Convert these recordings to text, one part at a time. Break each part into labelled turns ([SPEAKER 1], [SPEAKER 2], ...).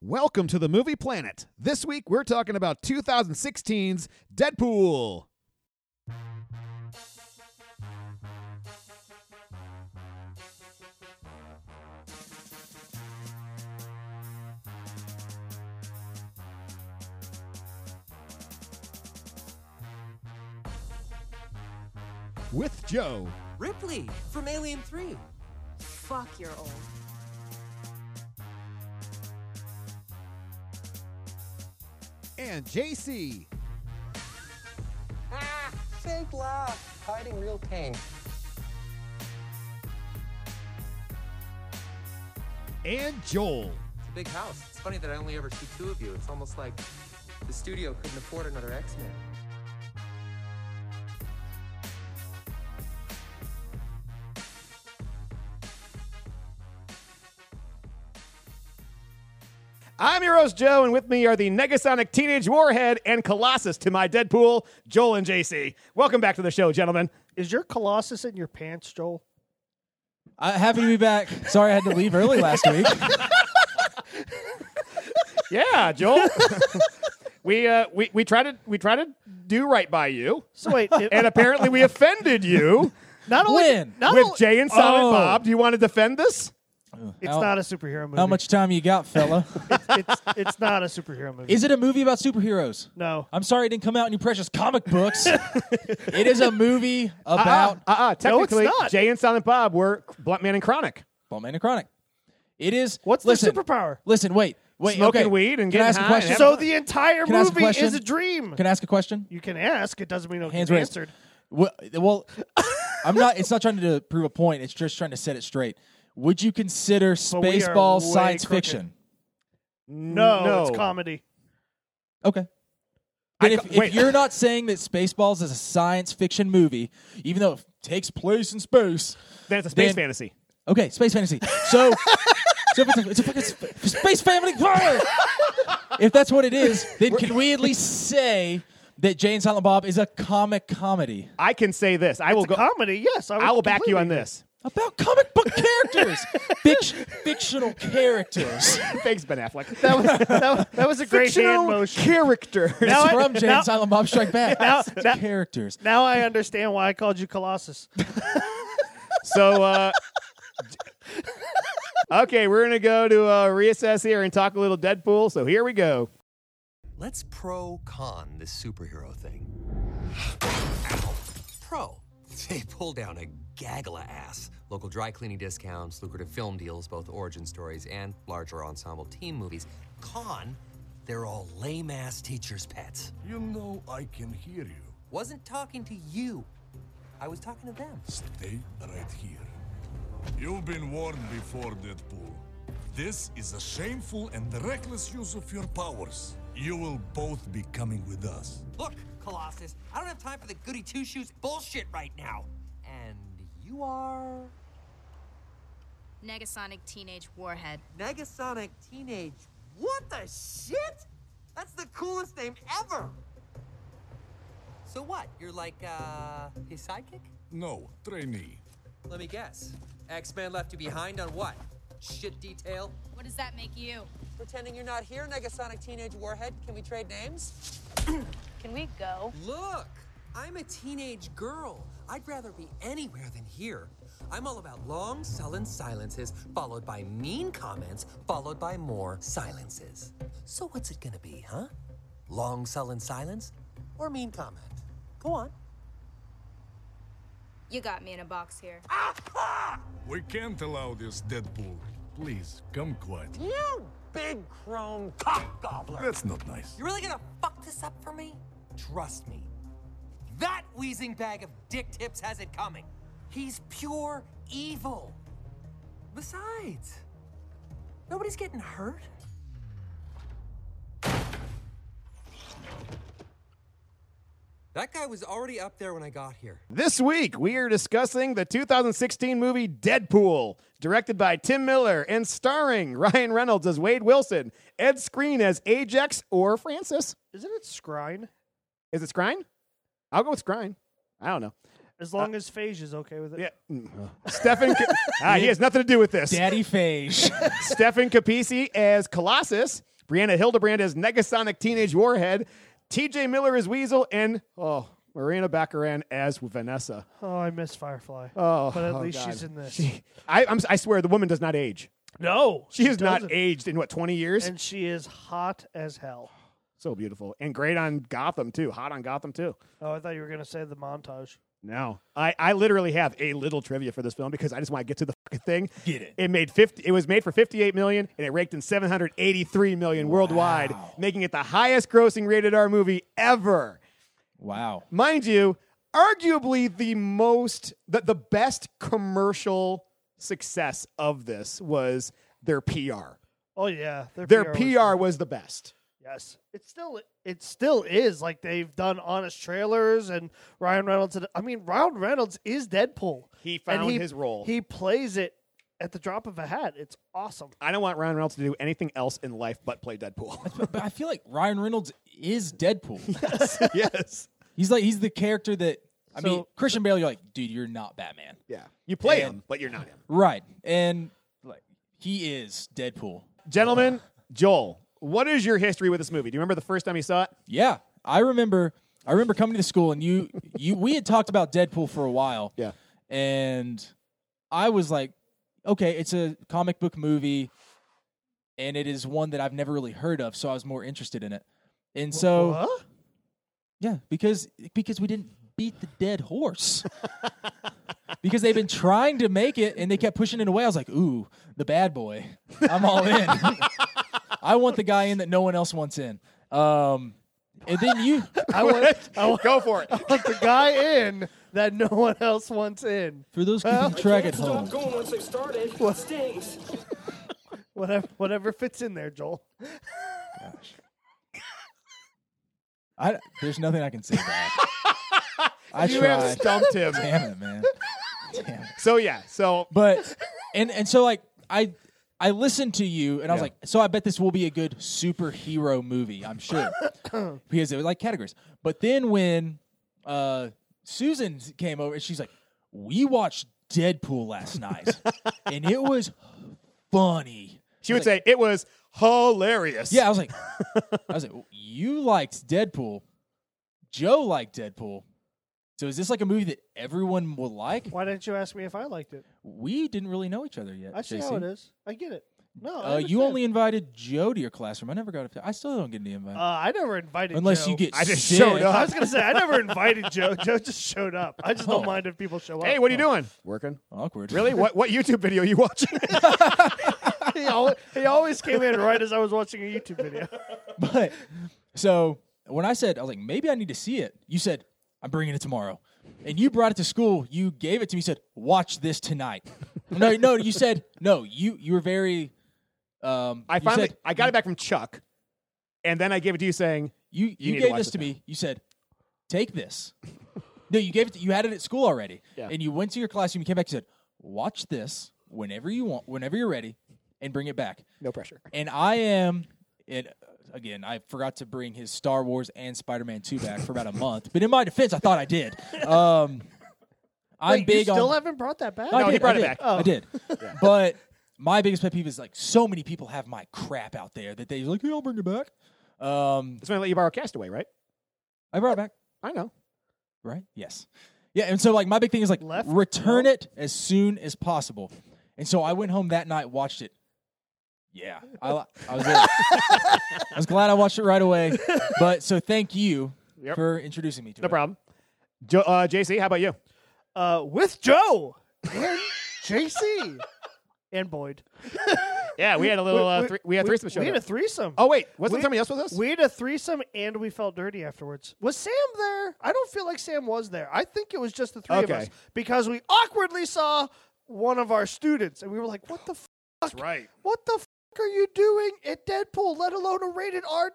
[SPEAKER 1] Welcome to the Movie Planet. This week we're talking about 2016's Deadpool. With Joe,
[SPEAKER 2] Ripley from Alien 3.
[SPEAKER 3] Fuck, you're old.
[SPEAKER 1] and JC.
[SPEAKER 2] Ah, fake laugh, hiding real pain.
[SPEAKER 1] and Joel.
[SPEAKER 2] It's a big house. It's funny that I only ever see two of you. It's almost like the studio couldn't afford another X-Men.
[SPEAKER 4] I'm your host, Joe, and with me are the Negasonic Teenage Warhead and Colossus to my Deadpool, Joel and JC. Welcome back to the show, gentlemen.
[SPEAKER 5] Is your Colossus in your pants, Joel?
[SPEAKER 6] Uh, happy to be back. Sorry I had to leave early last week.
[SPEAKER 4] Yeah, Joel. we, uh, we we tried to we tried to do right by you,
[SPEAKER 5] So wait, it-
[SPEAKER 4] and apparently we offended you
[SPEAKER 5] not only
[SPEAKER 6] When?
[SPEAKER 5] not
[SPEAKER 4] with
[SPEAKER 5] only-
[SPEAKER 4] Jay and Silent
[SPEAKER 6] Oh.
[SPEAKER 4] Bob. Do you want to defend this?
[SPEAKER 5] it's
[SPEAKER 6] How-
[SPEAKER 5] not a superhero movie.
[SPEAKER 6] How much time you got, fella?
[SPEAKER 5] It's it's not a superhero movie.
[SPEAKER 6] Is it a movie about superheroes?
[SPEAKER 5] no,
[SPEAKER 6] I'm sorry it didn't come out in your precious comic books. it is a movie
[SPEAKER 5] Uh-uh.
[SPEAKER 6] about
[SPEAKER 4] uh, uh, technically,
[SPEAKER 5] not.
[SPEAKER 4] Jay and Silent Bob were Blunt Man and Chronic.
[SPEAKER 6] Ballman and Chronic. It is.
[SPEAKER 5] what's
[SPEAKER 6] listen,
[SPEAKER 5] the superpower?
[SPEAKER 6] Listen, wait, wait.
[SPEAKER 4] Smoking
[SPEAKER 6] okay.
[SPEAKER 4] weed and
[SPEAKER 6] Can I
[SPEAKER 4] getting
[SPEAKER 6] ask
[SPEAKER 4] high
[SPEAKER 6] a
[SPEAKER 4] and
[SPEAKER 6] question?
[SPEAKER 4] having
[SPEAKER 5] So the entire
[SPEAKER 6] Can I ask a
[SPEAKER 5] movie is
[SPEAKER 6] question?
[SPEAKER 5] a dream.
[SPEAKER 6] Can I ask a question?
[SPEAKER 5] you can ask. It doesn't mean it'll
[SPEAKER 6] Hands
[SPEAKER 5] get
[SPEAKER 6] raised.
[SPEAKER 5] answered.
[SPEAKER 6] Well, well, I'm not. It's not trying to prove a point. It's just trying to set it straight. Would you consider
[SPEAKER 5] we are
[SPEAKER 6] Spaceballs
[SPEAKER 5] way
[SPEAKER 6] science
[SPEAKER 5] crooked.
[SPEAKER 6] fiction?
[SPEAKER 5] No,
[SPEAKER 4] no.
[SPEAKER 5] it's comedy.
[SPEAKER 6] Okay. Then if,
[SPEAKER 4] ca-
[SPEAKER 6] if
[SPEAKER 4] wait.
[SPEAKER 6] you're not saying that Spaceballs is a science fiction movie, even though it takes place in space,
[SPEAKER 4] Then it's a space
[SPEAKER 6] Then-
[SPEAKER 4] fantasy.
[SPEAKER 6] okay, space fantasy. So, so if it's, a, it's a fucking sp- space family horror. if that's what it is, then can we at least say that Jay and Silent Bob is a comic comedy
[SPEAKER 4] I can say this. I will
[SPEAKER 5] It's a
[SPEAKER 4] go.
[SPEAKER 5] comedy, yes. I, would
[SPEAKER 4] I will back you on
[SPEAKER 5] completely-
[SPEAKER 4] this.
[SPEAKER 6] about comic book characters, Fic- fictional characters?
[SPEAKER 4] Thanks, Ben Affleck.
[SPEAKER 5] That was, that was, that was a great hand
[SPEAKER 4] Fictional
[SPEAKER 5] motion.
[SPEAKER 4] character.
[SPEAKER 5] Now I-
[SPEAKER 6] It's from Jay
[SPEAKER 5] now-
[SPEAKER 6] and Silent Bob Strike Back.
[SPEAKER 5] Now-
[SPEAKER 6] It's
[SPEAKER 5] now-
[SPEAKER 6] characters.
[SPEAKER 5] Now I understand why I called you Colossus.
[SPEAKER 4] So, uh, okay, we're going to go to uh, reassess here and talk a little Deadpool. So here we go.
[SPEAKER 7] Let's pro con this superhero thing. Ow. Pro. They pull down a gaggle of ass. Local dry cleaning discounts, lucrative film deals, both origin stories and larger ensemble team movies. Con, they're all lame ass teachers' pets.
[SPEAKER 8] You know I can hear you.
[SPEAKER 7] Wasn't talking to you, I was talking to them.
[SPEAKER 8] Stay right here. You've been warned before, Deadpool. This is a shameful and reckless use of your powers. You will both be coming with us.
[SPEAKER 7] Look, Colossus, I don't have time for the goody two shoes bullshit right now. And you are
[SPEAKER 3] Negasonic Teenage Warhead.
[SPEAKER 7] Negasonic Teenage. What the shit? That's the coolest name ever. So what? You're like uh his sidekick?
[SPEAKER 8] No, trainee.
[SPEAKER 7] Let me guess. X-Men left you behind on what? Shit detail?
[SPEAKER 3] What does that make you?
[SPEAKER 7] Pretending you're not here, Negasonic Teenage Warhead. Can we trade names?
[SPEAKER 3] Can we go?
[SPEAKER 7] Look, I'm a teenage girl. I'd rather be anywhere than here. I'm all about long, sullen silences, followed by mean comments, followed by more silences. So what's it gonna be, huh? Long, sullen silence or mean comment? Go on.
[SPEAKER 3] You got me in a box here.
[SPEAKER 8] We can't allow this, Deadpool. Please, come quiet.
[SPEAKER 7] You big chrome cock gobbler!
[SPEAKER 8] That's not nice.
[SPEAKER 7] You really gonna fuck this up for me? Trust me. That wheezing bag of dick tips has it coming. He's pure evil. Besides, nobody's getting hurt. That guy was already up there when I got here.
[SPEAKER 4] This week, we are discussing the 2016 movie Deadpool, directed by Tim Miller and starring Ryan Reynolds as Wade Wilson, Ed Screen as Ajax or Francis.
[SPEAKER 5] Isn't it Scrine?
[SPEAKER 4] Is it Scrine? I'll go with Scrine. I don't know.
[SPEAKER 5] As long as Phage is okay with it.
[SPEAKER 4] Yeah. Mm. Stefan. Ca- ah, he has nothing to do with this.
[SPEAKER 6] Daddy Phage.
[SPEAKER 4] Stefan Capisi as Colossus,
[SPEAKER 1] Brianna Hildebrand as Negasonic Teenage Warhead. TJ Miller as Weasel. And, oh, Marina Baccaran as Vanessa.
[SPEAKER 5] Oh, I miss Firefly. Oh, but at
[SPEAKER 1] oh,
[SPEAKER 5] least
[SPEAKER 1] God.
[SPEAKER 5] she's in this.
[SPEAKER 1] I, I'm, si swear the woman does not age.
[SPEAKER 5] no,
[SPEAKER 1] She, has not
[SPEAKER 5] doesn't.
[SPEAKER 1] aged in what twenty years.
[SPEAKER 5] and she is hot as hell.
[SPEAKER 1] so beautiful and great on Gotham too. Hot on Gotham too.
[SPEAKER 5] Oh, I thought you were gonna say the montage.
[SPEAKER 1] No, I, I literally have a little trivia for this film because I just want to get to the fucking thing.
[SPEAKER 6] Get it.
[SPEAKER 1] It made fifty. It was made for fifty-eight million and it raked in seven hundred eighty-three million worldwide, making it the highest-grossing rated R movie ever.
[SPEAKER 6] Wow.
[SPEAKER 1] mind you, arguably the most the, the best commercial success of this was their PR.
[SPEAKER 5] Oh yeah,
[SPEAKER 1] Their
[SPEAKER 5] was-
[SPEAKER 1] PR was the best.
[SPEAKER 5] Yes, it still it still is like they've done honest trailers and Ryan Reynolds. I mean, Ryan Reynolds is Deadpool.
[SPEAKER 1] He
[SPEAKER 5] And
[SPEAKER 1] found his role.
[SPEAKER 5] He plays it at the drop of a hat. It's awesome.
[SPEAKER 1] I don't want Ryan Reynolds to do anything else in life but play Deadpool.
[SPEAKER 6] But I feel like Ryan Reynolds is Deadpool.
[SPEAKER 1] yes.
[SPEAKER 6] he's like he's the character that I mean
[SPEAKER 5] So-
[SPEAKER 6] Christian Bale. You're like, dude, you're not Batman,
[SPEAKER 1] Yeah. You play
[SPEAKER 6] And-
[SPEAKER 1] him, but you're not him.
[SPEAKER 6] right? And like he is Deadpool.
[SPEAKER 1] Gentlemen, Joel, what is your history with this movie? Do you remember the first time you saw it?
[SPEAKER 6] Yeah, I remember. I remember coming to school and you, you, we had talked about Deadpool for a while.
[SPEAKER 1] Yeah.
[SPEAKER 6] and I was like, okay, it's a comic book movie, and it is one that I've never really heard of, so I was more interested in it. And so,
[SPEAKER 5] Huh?
[SPEAKER 6] yeah, because because we didn't beat the dead horse. because they've been trying to make it and they kept pushing it away. I was like, ooh, the bad boy. I'm all in. I want the guy in that no one else wants in. Um, and then you,
[SPEAKER 5] I want,
[SPEAKER 1] Go for it.
[SPEAKER 5] I want the guy in that no one else wants in.
[SPEAKER 6] for those keeping track at home,
[SPEAKER 9] going once they've started. Stings.
[SPEAKER 5] Whatever, whatever fits in there, Joel.
[SPEAKER 6] I, there's nothing I can say back. I
[SPEAKER 1] you
[SPEAKER 6] tried.
[SPEAKER 1] have stumped him.
[SPEAKER 6] Damn it, man. Damn it.
[SPEAKER 1] So yeah. So
[SPEAKER 6] But and and so like I I listened to you and I was like, so I bet this will be a good superhero movie, I'm sure. because it was like categories. But then when uh Susan came over and she's like, We watched Deadpool last night and it was funny.
[SPEAKER 1] she would say it was hilarious.
[SPEAKER 6] Yeah, I was like I was like, you liked Deadpool. Joe liked Deadpool. So is this like a movie that everyone will like?
[SPEAKER 5] Why didn't you ask me if I liked it?
[SPEAKER 6] We didn't really know each other yet.
[SPEAKER 5] I see
[SPEAKER 6] JC.
[SPEAKER 5] how it is. I get it. No, I
[SPEAKER 6] Uh, you
[SPEAKER 5] understand.
[SPEAKER 6] only invited Joe to your classroom. I never got. I still don't get the invite
[SPEAKER 5] Uh, I never invited
[SPEAKER 6] unless
[SPEAKER 5] Joe.
[SPEAKER 6] you get.
[SPEAKER 1] I just
[SPEAKER 6] sick.
[SPEAKER 1] showed up.
[SPEAKER 5] I was gonna say I never invited Joe. Joe just showed up. I
[SPEAKER 6] Oh.
[SPEAKER 5] just don't mind if people show up.
[SPEAKER 1] Hey, what are you doing? Working.
[SPEAKER 6] Awkward.
[SPEAKER 1] Really? what what YouTube video are you watching?
[SPEAKER 5] he, always, he always came in right as I was watching a YouTube video.
[SPEAKER 6] But so when I said I was like, maybe I need to see it. You said I'm bringing it tomorrow, and you brought it to school. You gave it to me. you Said watch this tonight. no, no. You said no. You you were very. Um,
[SPEAKER 1] I
[SPEAKER 6] you
[SPEAKER 1] finally
[SPEAKER 6] said-
[SPEAKER 1] I got it back from Chuck, and then I gave it to you saying,
[SPEAKER 6] You you,
[SPEAKER 1] need to
[SPEAKER 6] gave
[SPEAKER 1] watch
[SPEAKER 6] this
[SPEAKER 1] this
[SPEAKER 6] to
[SPEAKER 1] now.
[SPEAKER 6] me. You said, "Take this." no, you gave it. To, you had it at school already,
[SPEAKER 1] Yeah.
[SPEAKER 6] and you went to your classroom. You came back. You said, "Watch this whenever you want, whenever you're ready, and bring it back."
[SPEAKER 1] "No pressure."
[SPEAKER 6] And I am, and uh, again, I forgot to bring his Star Wars and Spider-Man Two back for about a month. But in my defense, I thought I did. Um, I'm
[SPEAKER 5] Wait, you
[SPEAKER 6] big
[SPEAKER 5] still
[SPEAKER 6] on.
[SPEAKER 5] haven't brought that back.
[SPEAKER 6] No, I
[SPEAKER 1] No, he
[SPEAKER 6] did,
[SPEAKER 1] brought
[SPEAKER 6] I
[SPEAKER 1] it
[SPEAKER 6] did,
[SPEAKER 1] back. Oh.
[SPEAKER 6] I did. But my biggest pet peeve is like so many people have my crap out there that they like, hey, I'll bring it back. Um,
[SPEAKER 1] That's when I let you borrow Castaway, right?
[SPEAKER 6] I brought it back.
[SPEAKER 1] I know.
[SPEAKER 6] right? Yes. Yeah, and so like my big thing is like
[SPEAKER 5] Left?
[SPEAKER 6] return it as soon as possible. And so I went home that night, watched it. Yeah, I, li- I was. there. I was glad I watched it right away. But so thank you for introducing me to
[SPEAKER 1] No
[SPEAKER 6] it.
[SPEAKER 1] problem. Jo- uh, JC, how about you?
[SPEAKER 5] Uh, with Joe and JC and Boyd.
[SPEAKER 1] Yeah, we had a little. Uh, three, we had threesome show.
[SPEAKER 5] We had
[SPEAKER 1] there.
[SPEAKER 5] a threesome.
[SPEAKER 1] oh wait, wasn't
[SPEAKER 5] we-
[SPEAKER 1] somebody else with us?
[SPEAKER 5] We had a threesome and we felt dirty afterwards. Was Sam there? I don't feel like Sam was there. I think it was just the three
[SPEAKER 1] Okay.
[SPEAKER 5] of us because we awkwardly saw one of our students and we were like, "What the f-
[SPEAKER 1] That's right.
[SPEAKER 5] what the f- are you doing at Deadpool? Let alone a rated R."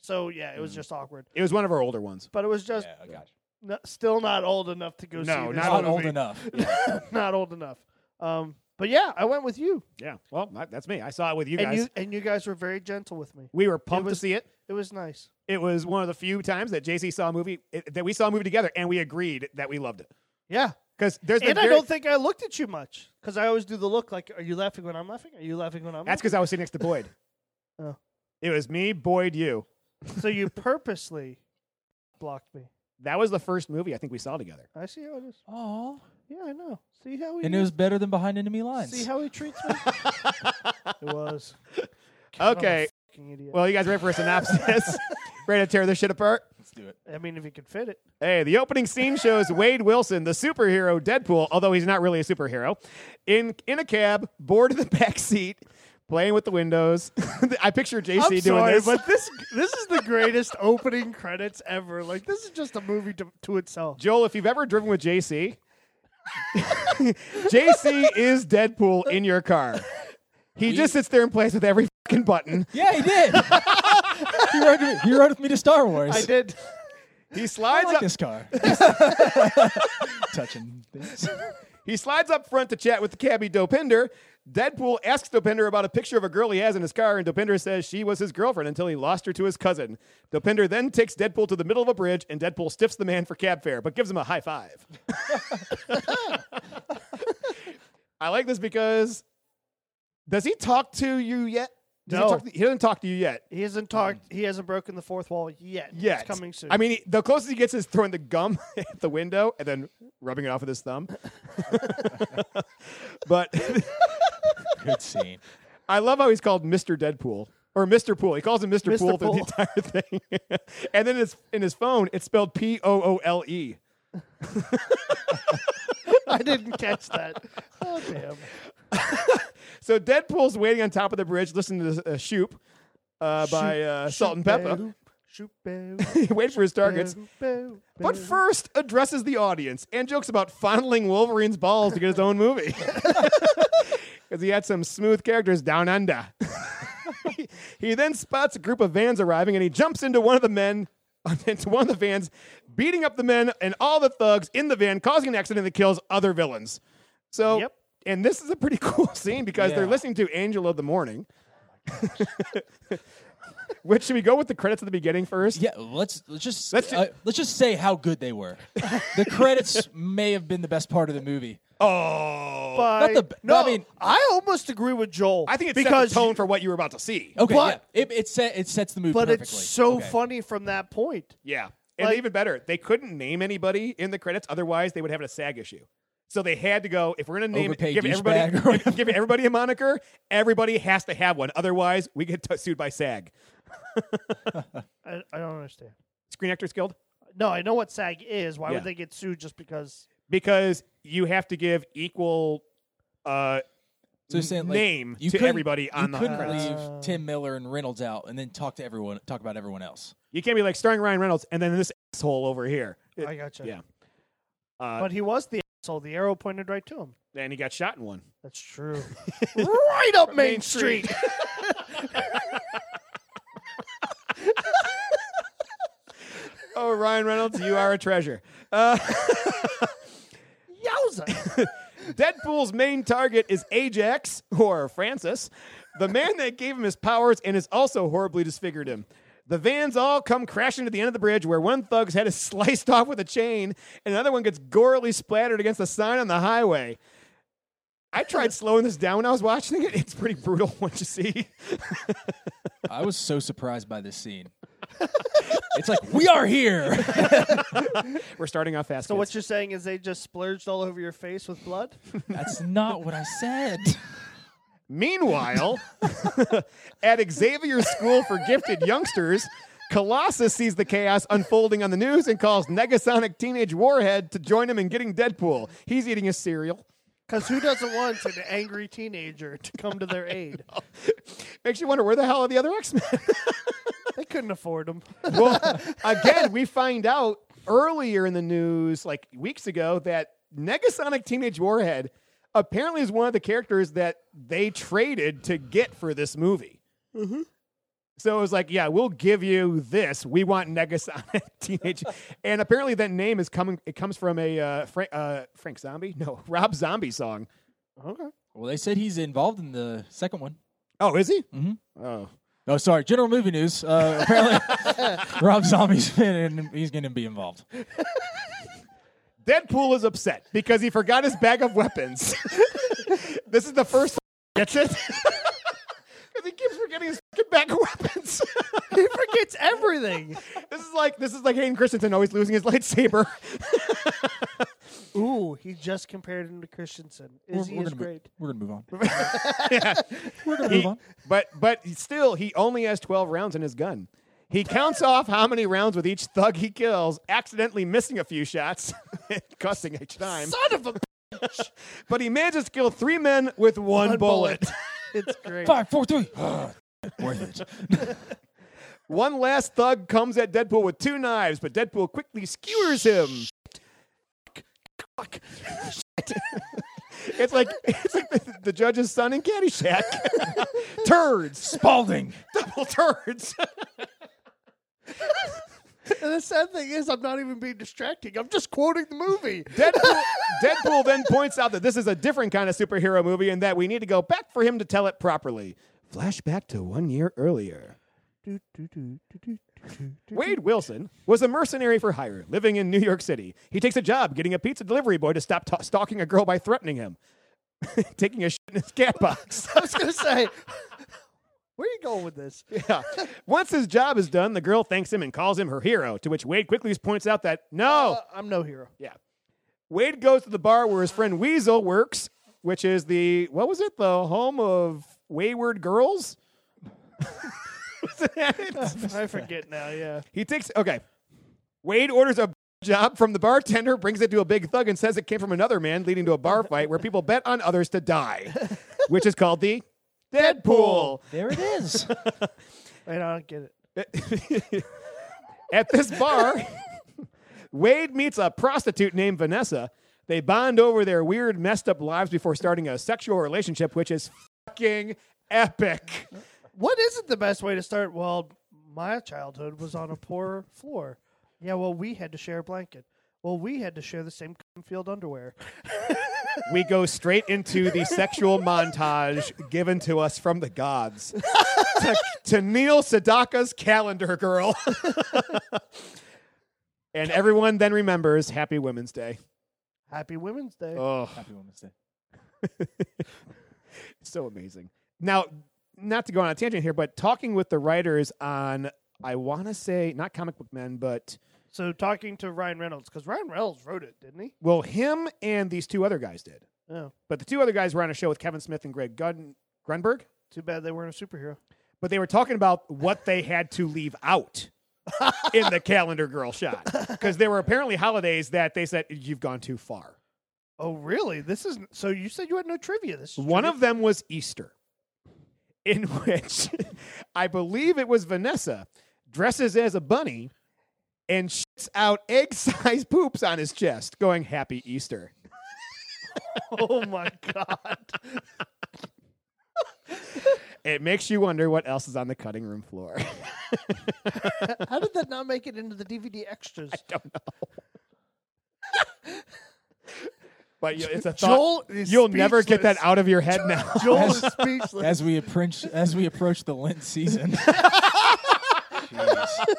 [SPEAKER 5] So yeah, it
[SPEAKER 1] Mm.
[SPEAKER 5] was just awkward.
[SPEAKER 1] It was one of our older ones.
[SPEAKER 5] But it was just
[SPEAKER 6] Yeah, I got you.
[SPEAKER 5] n- still not old enough to go see.
[SPEAKER 1] No,
[SPEAKER 5] this
[SPEAKER 1] not
[SPEAKER 6] Oh, Not
[SPEAKER 5] movie.
[SPEAKER 6] old enough.
[SPEAKER 5] not old enough. Um, but yeah, I went with you,
[SPEAKER 1] Yeah. Well, that- that's me. I saw it with you
[SPEAKER 5] and
[SPEAKER 1] guys.
[SPEAKER 5] you and you guys were very gentle with me.
[SPEAKER 1] we were pumped
[SPEAKER 5] was-
[SPEAKER 1] to see it.
[SPEAKER 5] It was nice.
[SPEAKER 1] It was one of the few times that JC saw a movie it, that we saw a movie together, and we agreed that we loved it.
[SPEAKER 5] Yeah,
[SPEAKER 1] Because there's been
[SPEAKER 5] and I
[SPEAKER 1] very-
[SPEAKER 5] don't think I looked at you much because I always do the look like, "Are you laughing when I'm laughing? Are you laughing when I'm?"
[SPEAKER 1] that's
[SPEAKER 5] laughing?
[SPEAKER 1] because I was sitting next to Boyd.
[SPEAKER 5] Oh.
[SPEAKER 4] It was me, Boyd, you.
[SPEAKER 5] So you purposely blocked me.
[SPEAKER 4] That was the first movie I think we saw together.
[SPEAKER 5] I see how it is.
[SPEAKER 6] Aw.
[SPEAKER 5] Yeah, I know. See how he
[SPEAKER 6] And it was better than Behind Enemy Lines.
[SPEAKER 5] See how he treats me. it was. God, I'm a
[SPEAKER 4] Okay.
[SPEAKER 5] fucking idiot.
[SPEAKER 4] Well, you guys ready for a synopsis? ready to tear this shit apart?
[SPEAKER 5] I mean, if you could fit it.
[SPEAKER 4] Hey, the opening scene shows Wade Wilson, the superhero Deadpool, although he's not really a superhero, in in a cab, bored in the back seat, playing with the windows. I picture JC
[SPEAKER 5] I'm
[SPEAKER 4] doing
[SPEAKER 5] sorry,
[SPEAKER 4] this.
[SPEAKER 5] but this this is the greatest opening credits ever. Like this is just a movie to, to itself.
[SPEAKER 4] Joel, if you've ever driven with JC, JC is Deadpool in your car. He just sits there and plays with every fucking button.
[SPEAKER 6] Yeah, he did. he, rode with, he rode with me to Star Wars.
[SPEAKER 5] I did.
[SPEAKER 4] He
[SPEAKER 6] I
[SPEAKER 4] slides
[SPEAKER 6] like
[SPEAKER 4] up.
[SPEAKER 6] this car. Touching things.
[SPEAKER 4] He slides up front to chat with the cabbie Dopinder. Deadpool asks Dopinder about a picture of a girl he has in his car, and Dopinder says she was his girlfriend until he lost her to his cousin. Dopinder then takes Deadpool to the middle of a bridge, and Deadpool stiffs the man for cab fare, but gives him a high five. I like this because does he talk to you yet? Does
[SPEAKER 5] No.
[SPEAKER 4] he, talk to- he doesn't talk to you yet.
[SPEAKER 5] He hasn't talked. He hasn't broken the fourth wall yet.
[SPEAKER 4] Yet.
[SPEAKER 5] it's coming soon.
[SPEAKER 4] I mean, he- the closest he gets is throwing the gum at the window and then rubbing it off with his thumb. but
[SPEAKER 6] Good scene.
[SPEAKER 4] I love how he's called Mr. Deadpool or Mr. Pool. He calls him Mr.
[SPEAKER 5] Mr.
[SPEAKER 4] Pool through the entire thing. and then it's, in his phone, it's spelled P O O L E.
[SPEAKER 5] I didn't catch that. Oh damn!
[SPEAKER 4] So Deadpool's waiting on top of the bridge listening to uh, Shoop uh, by uh, Salt and Pepper.
[SPEAKER 5] Shoot, boo.
[SPEAKER 4] He waits for his targets. But first, addresses the audience and jokes about fondling Wolverine's balls to get his own movie. Because he had some smooth characters down under. he then spots a group of vans arriving and he jumps into one of the men, into one of the vans, beating up the men and all the thugs in the van, causing an accident that kills other villains. So,
[SPEAKER 5] Yep.
[SPEAKER 4] and this is a pretty cool scene because they're
[SPEAKER 6] Yeah.
[SPEAKER 4] listening to Angel of the Morning. Which should we go with the credits at the beginning first?
[SPEAKER 6] Yeah, let's let's just
[SPEAKER 4] Let's
[SPEAKER 6] let's,
[SPEAKER 4] do-
[SPEAKER 6] uh, let's just say how good they were. the credits may have been the best part of the movie.
[SPEAKER 4] Oh.
[SPEAKER 5] By,
[SPEAKER 6] not the-
[SPEAKER 5] no,
[SPEAKER 6] I mean-
[SPEAKER 5] I almost agree with Joel.
[SPEAKER 4] I think it
[SPEAKER 5] because
[SPEAKER 4] set the tone for what you were about to see.
[SPEAKER 6] Okay,
[SPEAKER 5] But-
[SPEAKER 6] yeah, it it, set, it sets the movie.
[SPEAKER 5] but
[SPEAKER 6] perfectly.
[SPEAKER 5] it's so
[SPEAKER 6] Okay.
[SPEAKER 5] funny from that point.
[SPEAKER 4] Yeah. And
[SPEAKER 5] Like-
[SPEAKER 4] even better, they couldn't name anybody in the credits, otherwise they would have a SAG issue. So they had to go if we're gonna name
[SPEAKER 6] Overpaid
[SPEAKER 4] give
[SPEAKER 6] douchebag or
[SPEAKER 4] everybody
[SPEAKER 6] whatever.
[SPEAKER 4] give everybody a moniker, everybody has to have one. Otherwise, we get t- sued by SAG.
[SPEAKER 5] I, I don't understand.
[SPEAKER 4] Screen Actors Guild.
[SPEAKER 5] No, I know what SAG is. Why
[SPEAKER 4] Yeah.
[SPEAKER 5] would they get sued just because?
[SPEAKER 4] Because you have to give equal uh
[SPEAKER 6] So you're saying, like,
[SPEAKER 4] name
[SPEAKER 6] you
[SPEAKER 4] to
[SPEAKER 6] couldn't-
[SPEAKER 4] everybody on
[SPEAKER 6] you
[SPEAKER 4] the
[SPEAKER 6] couldn't
[SPEAKER 4] credits.
[SPEAKER 6] leave Tim Miller and Reynolds out and then talk to everyone, talk about everyone else.
[SPEAKER 4] you can't be like starring Ryan Reynolds and then this asshole over here.
[SPEAKER 5] I gotcha.
[SPEAKER 4] yeah. Uh,
[SPEAKER 5] But he was the asshole. The arrow pointed right to him.
[SPEAKER 4] and he got shot in one.
[SPEAKER 5] That's true. right up Main Street.
[SPEAKER 4] Oh, Ryan Reynolds, you are a treasure. Uh,
[SPEAKER 5] Yowza.
[SPEAKER 4] Deadpool's main target is Ajax, or Francis, the man that gave him his powers and has also horribly disfigured him. The vans all come crashing to the end of the bridge where one thug's head is sliced off with a chain and another one gets gorily splattered against a sign on the highway. I tried slowing this down when I was watching it. It's pretty brutal once you see.
[SPEAKER 6] I was so surprised by this scene. it's like we are here.
[SPEAKER 4] We're starting off fast.
[SPEAKER 5] so
[SPEAKER 4] kids.
[SPEAKER 5] what you're saying is they just splurged all over your face with blood?
[SPEAKER 6] That's not what I said.
[SPEAKER 4] Meanwhile, at Xavier's School for Gifted Youngsters, Colossus sees the chaos unfolding on the news and calls Negasonic Teenage Warhead to join him in getting Deadpool. He's eating his cereal.
[SPEAKER 5] Because who doesn't want an angry teenager to come to their aid?
[SPEAKER 4] Makes you wonder where the hell are the other X Men?
[SPEAKER 5] They couldn't afford them.
[SPEAKER 4] well, again, we find out earlier in the news, like weeks ago, that Negasonic Teenage Warhead apparently is one of the characters that they traded to get for this movie. Mm-hmm. So it was like, yeah, we'll give you this. We want Negasonic Teenage, and apparently that name is coming. It comes from a uh, Frank, uh, Frank Zombie, no, Rob Zombie song.
[SPEAKER 5] Okay.
[SPEAKER 6] well, they said he's involved in the second one.
[SPEAKER 4] Oh, is he?
[SPEAKER 6] Oh, sorry. General movie news. Uh, apparently, Rob Zombie's been and he's going to be involved.
[SPEAKER 4] Deadpool is upset because he forgot his bag of weapons. this is the first gets it because he keeps forgetting his fucking bag of weapons.
[SPEAKER 5] everything.
[SPEAKER 4] This is like this is like Hayden Christensen always losing his lightsaber.
[SPEAKER 5] Ooh, he just compared him to Christensen.
[SPEAKER 6] We're,
[SPEAKER 5] Is he
[SPEAKER 6] we're
[SPEAKER 5] is
[SPEAKER 6] gonna move,
[SPEAKER 5] great?
[SPEAKER 6] we're gonna move on. We're gonna move
[SPEAKER 4] He-
[SPEAKER 6] on.
[SPEAKER 4] but but still, he only has twelve rounds in his gun. He counts off how many rounds with each thug he kills, accidentally missing a few shots, cussing each time.
[SPEAKER 5] Son of a
[SPEAKER 4] But he manages to kill three men with one, bullet.
[SPEAKER 5] It's great.
[SPEAKER 6] Five, four, three. Worth it.
[SPEAKER 4] one last thug comes at Deadpool with two knives, but Deadpool quickly skewers him. it's like it's like the, the judge's son in Caddyshack. turds,
[SPEAKER 6] Spalding.
[SPEAKER 4] double turds.
[SPEAKER 5] And the sad thing is, I'm not even being distracting. I'm just quoting the movie.
[SPEAKER 4] Deadpool, Deadpool then points out that this is a different kind of superhero movie and that we need to go back for him to tell it properly. Flashback to one year earlier. Wade Wilson was a mercenary for hire living in New York City. He takes a job getting a pizza delivery boy to stop ta- stalking a girl by threatening him, taking a shit in his cat box.
[SPEAKER 5] I was gonna say, where are you going with this?
[SPEAKER 4] Yeah. Once his job is done, the girl thanks him and calls him her hero, to which Wade quickly points out that no,
[SPEAKER 5] Uh, I'm no hero.
[SPEAKER 4] Yeah. Wade goes to the bar where his friend Weasel works, which is the what was it? The home of wayward girls. Was that it?
[SPEAKER 5] I forget now. Yeah.
[SPEAKER 4] he takes okay. Wade orders a job from the bartender, brings it to a big thug, and says it came from another man, leading to a bar fight where people bet on others to die, which is called the Deadpool.
[SPEAKER 6] There it is.
[SPEAKER 5] Wait, I don't get it.
[SPEAKER 4] At this bar, Wade meets a prostitute named Vanessa. They bond over their weird, messed up lives before starting a sexual relationship, which is fucking epic.
[SPEAKER 5] What isn't the best way to start? Well, my childhood was on a poor floor. Yeah. Well, we had to share a blanket. Well, we had to share the same cum field underwear.
[SPEAKER 4] We go straight into the sexual montage given to us from the gods to, to Neil Sedaka's calendar girl. and everyone then remembers Happy Women's Day.
[SPEAKER 5] Happy Women's Day.
[SPEAKER 4] Oh.
[SPEAKER 6] Happy Women's Day.
[SPEAKER 4] so amazing. Now, not to go on a tangent here, but talking with the writers on, I want to say, not comic book men, but,
[SPEAKER 5] So talking to Ryan Reynolds because Ryan Reynolds wrote it, didn't he?
[SPEAKER 4] well, him and these two other guys did.
[SPEAKER 5] Oh,
[SPEAKER 4] But the two other guys were on a show with Kevin Smith and Greg Gun- Grunberg,
[SPEAKER 5] too bad they weren't a superhero.
[SPEAKER 4] but they were talking about what they had to leave out in the Calendar Girl shot. Because there were apparently holidays that they said, you've gone too far.
[SPEAKER 5] Oh, really? This is so. You said you had no trivia. This is
[SPEAKER 4] One
[SPEAKER 5] trivia.
[SPEAKER 4] of them was Easter, in which I believe it was Vanessa dresses as a bunny and shits out egg sized poops on his chest, going, Happy Easter.
[SPEAKER 5] Oh my god!
[SPEAKER 4] It makes you wonder what else is on the cutting room floor.
[SPEAKER 5] How did that not make it into the DVD extras?
[SPEAKER 4] but you- it's a thought.
[SPEAKER 5] Joel is
[SPEAKER 4] You'll never get that
[SPEAKER 5] speechless.
[SPEAKER 4] out of your head now.
[SPEAKER 5] Joel is speechless.
[SPEAKER 6] As we approach as we approach the Lent season. Jeez.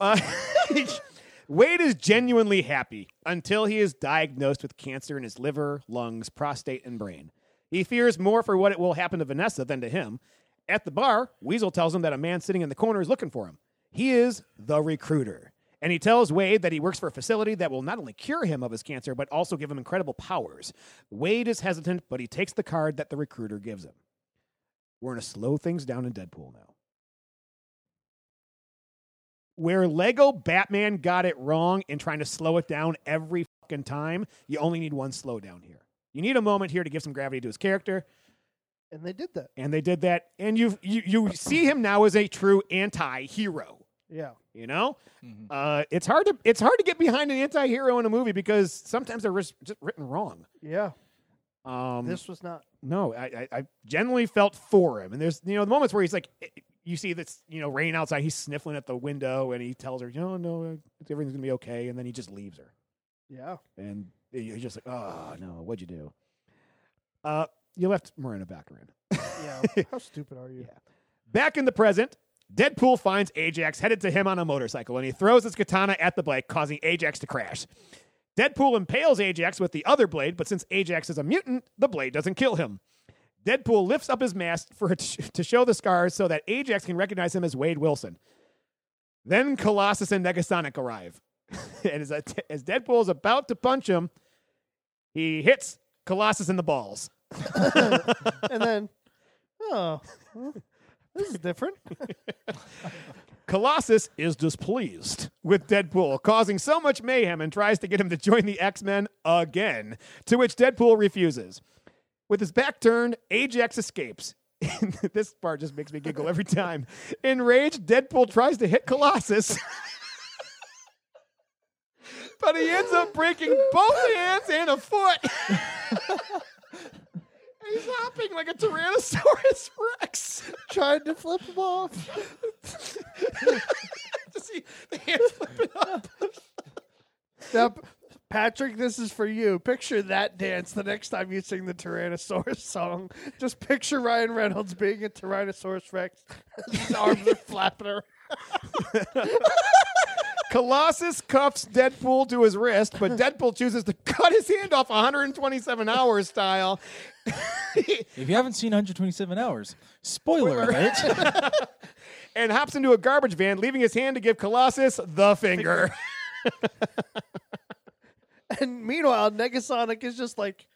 [SPEAKER 4] Uh, Wade is genuinely happy until he is diagnosed with cancer in his liver, lungs, prostate, and brain. He fears more for what it will happen to Vanessa than to him. At the bar, Weasel tells him that a man sitting in the corner is looking for him. He is the recruiter. And he tells Wade that he works for a facility that will not only cure him of his cancer, but also give him incredible powers. Wade is hesitant, but he takes the card that the recruiter gives him. We're going to slow things down in Deadpool now where Lego Batman got it wrong in trying to slow it down every fucking time, you only need one slowdown here. You need a moment here to give some gravity to his character,
[SPEAKER 5] and they did that.
[SPEAKER 4] and they did that. And you you you see him now as a true anti-hero.
[SPEAKER 5] Yeah.
[SPEAKER 4] You know, uh, it's hard to it's hard to get behind an anti-hero in a movie because sometimes they're just just written wrong.
[SPEAKER 5] Yeah.
[SPEAKER 4] Um,
[SPEAKER 5] This was not.
[SPEAKER 4] no, I, I I generally felt for him, and there's you know the moments where he's like, eh, you see this you know rain outside, he's sniffling at the window, and he tells her, no, no, everything's gonna be okay, and then he just leaves her.
[SPEAKER 5] Yeah.
[SPEAKER 4] and you're just like, oh no, what'd you do? Uh, you left Marina Baccarin.
[SPEAKER 5] Yeah. How stupid are you?
[SPEAKER 4] Back in the present, Deadpool finds Ajax headed to him on a motorcycle, and he throws his katana at the bike, causing Ajax to crash. Deadpool impales Ajax with the other blade, but since Ajax is a mutant, the blade doesn't kill him. Deadpool lifts up his mask for to show the scars so that Ajax can recognize him as Wade Wilson. Then Colossus and Negasonic arrive. and as, as Deadpool is about to punch him, he hits Colossus in the balls.
[SPEAKER 5] and then, oh, well, this is different.
[SPEAKER 4] Colossus is displeased with Deadpool, causing so much mayhem and tries to get him to join the X Men again, to which Deadpool refuses. With his back turned, Ajax escapes. this part just makes me giggle every time. Enraged, Deadpool tries to hit Colossus. but he ends up breaking both hands and a foot. and he's hopping like a Tyrannosaurus Rex.
[SPEAKER 5] Trying to flip him off.
[SPEAKER 4] Just see the hand flipping up.
[SPEAKER 5] Now, P- Patrick, this is for you. Picture that dance the next time you sing the Tyrannosaurus song. Just picture Ryan Reynolds being a Tyrannosaurus Rex. His arms are flapping around.
[SPEAKER 4] Colossus cuffs Deadpool to his wrist, but Deadpool chooses to cut his hand off 127 hour style.
[SPEAKER 6] If you haven't seen 127 hours, spoiler alert.
[SPEAKER 4] and hops into a garbage van, leaving his hand to give Colossus the finger.
[SPEAKER 5] And meanwhile, Negasonic is just like,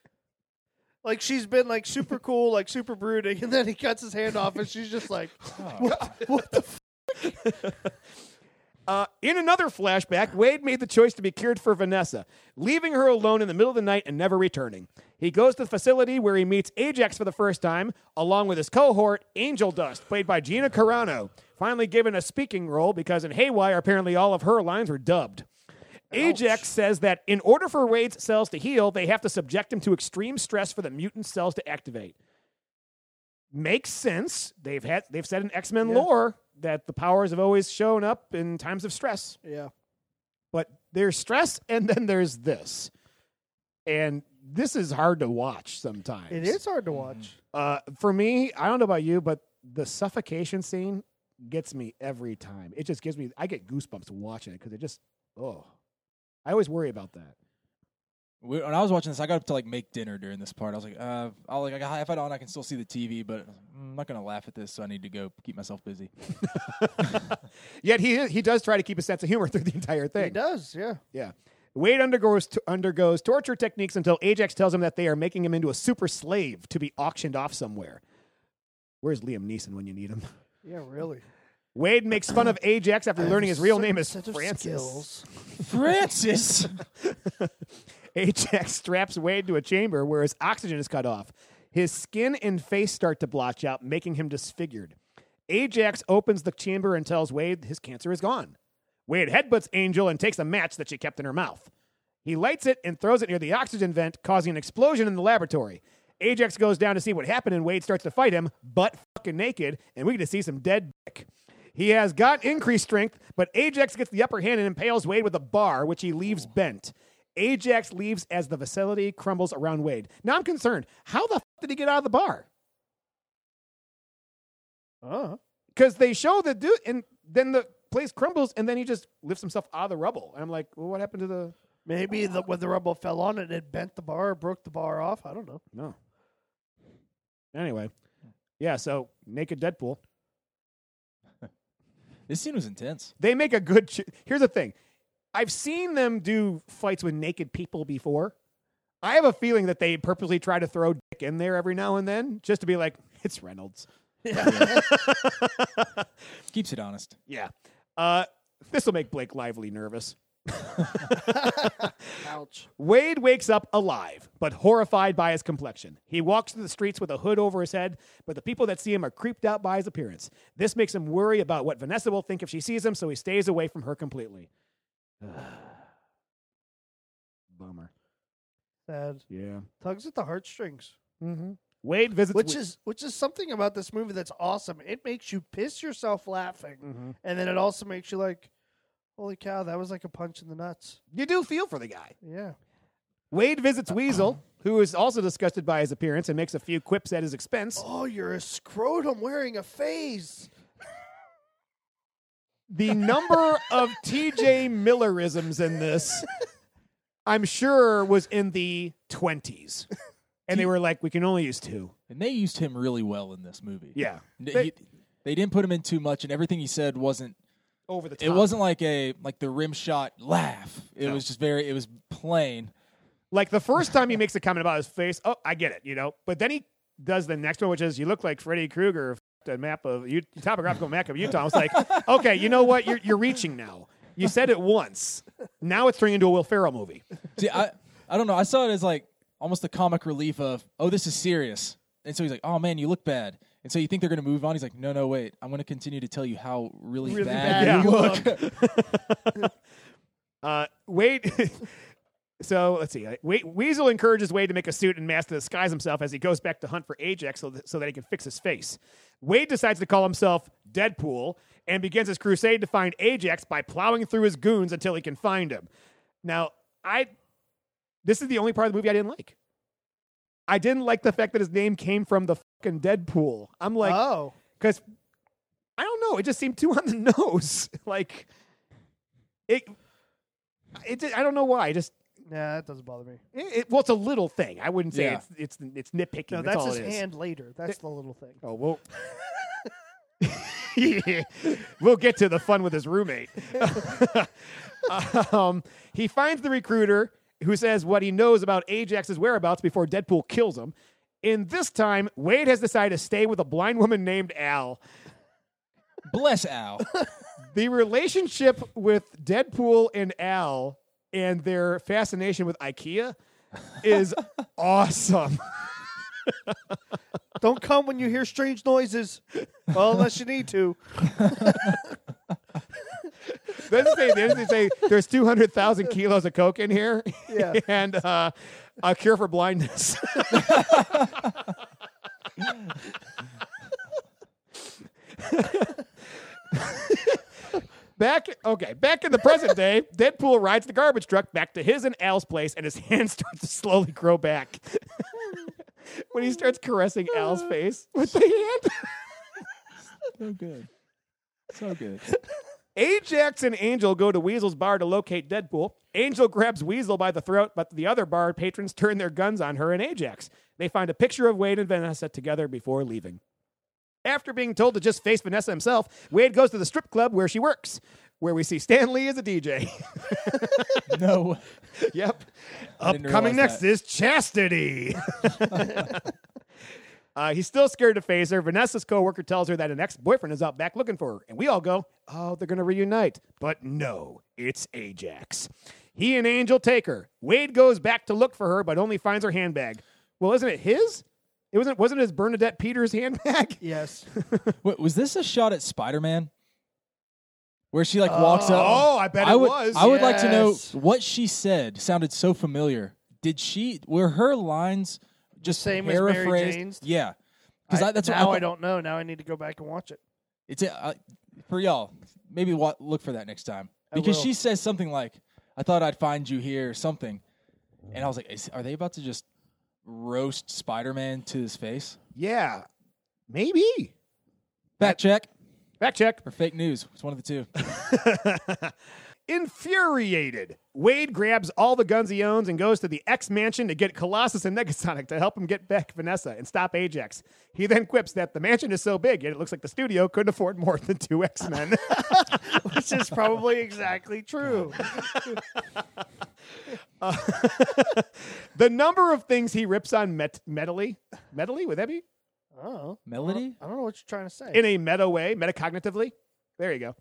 [SPEAKER 5] like she's been like super cool, like super brooding, and then he cuts his hand off, and she's just like, what, what the f-?
[SPEAKER 4] Uh, in another flashback, Wade made the choice to be cured for Vanessa, leaving her alone in the middle of the night and never returning. He goes to the facility where he meets Ajax for the first time, along with his cohort, Angel Dust, played by Gina Carano, finally given a speaking role because in Haywire, apparently all of her lines were dubbed. Ajax says that in order for Wade's cells to heal, they have to subject him to extreme stress for the mutant cells to activate. Makes sense. They've had they've said in X Men lore that the powers have always shown up in times of stress.
[SPEAKER 5] Yeah.
[SPEAKER 4] But there's stress, and then there's this, and this is hard to watch sometimes.
[SPEAKER 5] It is hard to watch.
[SPEAKER 4] Uh, for me, I don't know about you, but the suffocation scene gets me every time. It just gives me, I get goosebumps watching it because it just, oh, I always worry about that.
[SPEAKER 6] We- when I was watching this, I got up to like make dinner during this part. I was like, uh, I'll like I- if I don't, I can still see the TV, but I'm not gonna laugh at this, so I need to go keep myself busy.
[SPEAKER 4] Yet he he does try to keep a sense of humor through the entire thing.
[SPEAKER 5] He does, yeah.
[SPEAKER 4] Yeah. Wade undergoes undergoes torture techniques until Ajax tells him that they are making him into a super slave to be auctioned off somewhere. Where's Liam Neeson when you need him?
[SPEAKER 5] Yeah, really.
[SPEAKER 4] Wade makes fun of Ajax after learning his real name is Francis.
[SPEAKER 6] Francis,
[SPEAKER 4] Ajax straps Wade to a chamber where his oxygen is cut off. His skin and face start to blotch out, making him disfigured. Ajax opens the chamber and tells Wade his cancer is gone. Wade headbutts Angel and takes a match that she kept in her mouth. He lights it and throws it near the oxygen vent, causing an explosion in the laboratory. Ajax goes down to see what happened, and Wade starts to fight him, butt fucking naked, and we get to see some dead dick. He has got increased strength, but Ajax gets the upper hand and impales Wade with a bar, which he leaves bent. Ajax leaves as the facility crumbles around Wade. Now I'm concerned. How the f- did he get out of the bar?
[SPEAKER 5] Uh,
[SPEAKER 4] Because they show the dude, and then the place crumbles, and then he just lifts himself out of the rubble. And I'm like, well, what happened to the?
[SPEAKER 5] maybe the, when the rubble fell on it, it bent the bar, broke the bar off. I don't know.
[SPEAKER 4] No. Anyway, yeah. So naked Deadpool.
[SPEAKER 6] this scene was intense.
[SPEAKER 4] They make a good. Ch- Here's the thing. I've seen them do fights with naked people before. I have a feeling that they purposely try to throw dick in there every now and then, just to be like, it's Reynolds.
[SPEAKER 6] Keeps it honest.
[SPEAKER 4] Yeah. Uh, this will make Blake Lively nervous.
[SPEAKER 5] Ouch.
[SPEAKER 4] Wade wakes up alive, but horrified by his complexion. He walks through the streets with a hood over his head, but the people that see him are creeped out by his appearance. This makes him worry about what Vanessa will think if she sees him, so he stays away from her completely. Bummer.
[SPEAKER 5] Sad.
[SPEAKER 4] Yeah.
[SPEAKER 5] Tugs at the heartstrings.
[SPEAKER 4] Mm-hmm. Wade visits.
[SPEAKER 5] Which is which is something about this movie that's awesome. It makes you piss yourself laughing,
[SPEAKER 4] Mhm.
[SPEAKER 5] and then it also makes you like, "Holy cow, that was like a punch in the nuts."
[SPEAKER 4] you do feel for the guy.
[SPEAKER 5] Yeah,
[SPEAKER 4] Wade visits Weasel, who is also disgusted by his appearance and makes a few quips at his expense.
[SPEAKER 5] Oh, you're a scrotum wearing a face.
[SPEAKER 4] the number of TJ Millerisms in this, I'm sure, was in the 20s. and they were like, "We can only use two.
[SPEAKER 6] And they used him really well in this movie.
[SPEAKER 4] Yeah.
[SPEAKER 6] N-
[SPEAKER 4] They-
[SPEAKER 6] he- they didn't put him in too much, and everything he said wasn't
[SPEAKER 4] Over the top."
[SPEAKER 6] It wasn't like a like the rim shot laugh. It was just very. It was plain.
[SPEAKER 4] Like the first time he makes a comment about his face, oh, I get it, you know. But then he does the next one, which is you look like Freddy Krueger, f- a map of U- topographical map of Utah. I was like, okay, you know what? You're you're reaching now. You said it once. Now it's turning into a Will Ferrell movie.
[SPEAKER 6] See, I I don't know. I saw it as like almost the comic relief of oh this is serious, and so he's like oh man you look bad, and so you think they're gonna move on. He's like no no wait I'm gonna continue to tell you how really,
[SPEAKER 5] Really
[SPEAKER 6] bad.
[SPEAKER 5] bad.
[SPEAKER 6] you
[SPEAKER 5] Yeah.
[SPEAKER 6] look.
[SPEAKER 4] Uh, Wade. so let's see. Uh, Wade, Weasel encourages Wade to make a suit and mask to disguise himself as he goes back to hunt for Ajax so, th- so that he can fix his face. Wade decides to call himself Deadpool and begins his crusade to find Ajax by plowing through his goons until he can find him. Now, I. This is the only part of the movie I didn't like. I didn't like the fact that his name came from the fucking Deadpool. I'm like,
[SPEAKER 5] oh,
[SPEAKER 4] because I don't know. It just seemed too on the nose. like it, it. I don't know why. I Just
[SPEAKER 5] nah, that doesn't bother me.
[SPEAKER 4] it, it- well, it's a little thing. I wouldn't say
[SPEAKER 6] Yeah.
[SPEAKER 4] it's it's it's nitpicking.
[SPEAKER 5] No,
[SPEAKER 4] that's,
[SPEAKER 5] that's
[SPEAKER 4] all
[SPEAKER 5] his
[SPEAKER 4] it is.
[SPEAKER 5] hand later. That's the little thing.
[SPEAKER 4] Oh well. Yeah. We'll get to the fun with his roommate. um, he finds the recruiter who says what he knows about Ajax's whereabouts before Deadpool kills him. In this time, Wade has decided to stay with a blind woman named Al.
[SPEAKER 6] Bless Al.
[SPEAKER 4] the relationship with Deadpool and Al and their fascination with IKEA is awesome.
[SPEAKER 5] Don't come when you hear strange noises. Well, unless you need to.
[SPEAKER 4] They didn't say, they didn't say there's 200,000 kilos of coke in here
[SPEAKER 5] Yeah.
[SPEAKER 4] and uh, a cure for blindness. Back okay, back in the present day, Deadpool rides the garbage truck back to his and Al's place, and his hands start to slowly grow back. when he starts caressing Al's face with the hand.
[SPEAKER 6] so good. So good.
[SPEAKER 4] Ajax and Angel go to Weasel's bar to locate Deadpool. Angel grabs Weasel by the throat, but the other bar patrons turn their guns on her and Ajax. They find a picture of Wade and Vanessa together before leaving. After being told to just face Vanessa himself, Wade goes to the strip club where she works, where we see Stan Lee as a DJ.
[SPEAKER 6] No.
[SPEAKER 4] yep.
[SPEAKER 6] didn't
[SPEAKER 4] Upcoming
[SPEAKER 6] realize
[SPEAKER 4] next
[SPEAKER 6] that.
[SPEAKER 4] is Chastity. uh, he's still scared to face her. Vanessa's coworker tells her that an ex-boyfriend is out back looking for her, and we all go, "Oh, they're going to reunite." But no, it's Ajax. He and Angel take her. Wade goes back to look for her, but only finds her handbag. Well, isn't it his? It wasn't. Wasn't it his Bernadette Peters handbag?
[SPEAKER 5] Yes.
[SPEAKER 6] Wait, was this a shot at Spider Man? Where she like walks up.
[SPEAKER 4] Oh, I bet it
[SPEAKER 6] would,
[SPEAKER 4] was.
[SPEAKER 6] I would like to know
[SPEAKER 5] Yes.
[SPEAKER 6] what she said. Sounded so familiar. Did she? Were her lines just
[SPEAKER 5] Same as Mary
[SPEAKER 6] paraphrased?
[SPEAKER 5] Jane's?
[SPEAKER 6] Yeah, because
[SPEAKER 5] I,
[SPEAKER 6] that's
[SPEAKER 5] now
[SPEAKER 6] what
[SPEAKER 5] I don't know. Now I need to go back and watch it.
[SPEAKER 6] It's uh, for y'all. Maybe wa- look for that next time because
[SPEAKER 5] will.
[SPEAKER 6] she says something like, "I thought I'd find you here" or something, and I was like, Is, "Are they about to just roast Spider-Man to his face?"
[SPEAKER 4] Yeah, maybe.
[SPEAKER 6] Fact check
[SPEAKER 4] Back check.
[SPEAKER 6] or fake news? It's one of the two.
[SPEAKER 4] Infuriated, Wade grabs all the guns he owns and goes to the X mansion to get Colossus and Negasonic to help him get back Vanessa and stop Ajax. He then quips that the mansion is so big, yet it looks like the studio couldn't afford more than two X Men.
[SPEAKER 5] Which is probably exactly true.
[SPEAKER 4] the number of things he rips on met- metally, metally, would that be?
[SPEAKER 5] Oh.
[SPEAKER 6] Melody,
[SPEAKER 5] I don't know what you're trying to say.
[SPEAKER 4] In a meta way, metacognitively? There you go.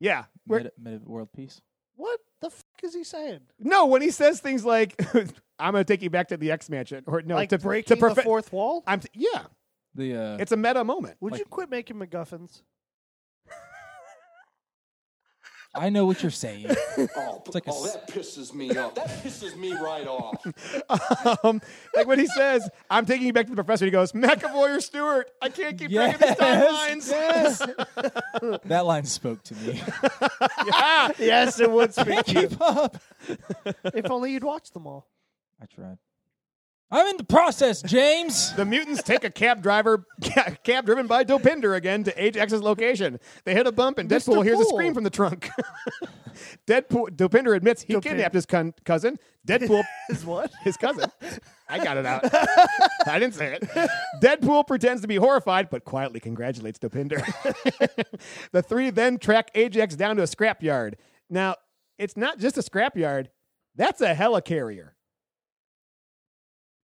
[SPEAKER 4] Yeah. We're-
[SPEAKER 6] Meta, meta world peace.
[SPEAKER 5] what the fuck is he saying?
[SPEAKER 4] no, when he says things like, I'm going to take you back to the X mansion, or no,
[SPEAKER 5] like
[SPEAKER 4] to,
[SPEAKER 5] breaking
[SPEAKER 4] to perfect.
[SPEAKER 5] the fourth wall?
[SPEAKER 4] I'm t- yeah,
[SPEAKER 6] The uh,
[SPEAKER 4] it's a meta moment.
[SPEAKER 5] Would
[SPEAKER 6] like-
[SPEAKER 5] you quit making MacGuffins?
[SPEAKER 6] I know what you're saying.
[SPEAKER 10] Oh,
[SPEAKER 6] like a
[SPEAKER 10] oh
[SPEAKER 6] s-
[SPEAKER 10] that pisses me off. That pisses me right off.
[SPEAKER 4] um, like when he says, "I'm taking you back to the professor," he goes, "McAvoy or Stewart? I can't keep track of these timelines."
[SPEAKER 6] yes. that line spoke to me.
[SPEAKER 5] yes, it would speak to you.
[SPEAKER 6] Keep up.
[SPEAKER 5] If only you'd watch them all.
[SPEAKER 6] I tried. I'm in the process, James.
[SPEAKER 4] The mutants take a cab driver, ca- cab driven by Dopinder again to Ajax's location. They hit a bump, and Deadpool
[SPEAKER 5] Mr.
[SPEAKER 4] hears a
[SPEAKER 5] Poole.
[SPEAKER 4] scream from the trunk. Deadpool Dopinder admits he kidnapped his con- cousin. Deadpool
[SPEAKER 5] Is what?
[SPEAKER 4] his cousin. I got it out. I didn't say it. Deadpool pretends to be horrified, but quietly congratulates Dopinder. the three then track Ajax down to a scrapyard. Now, it's not just a scrapyard, that's a helicarrier.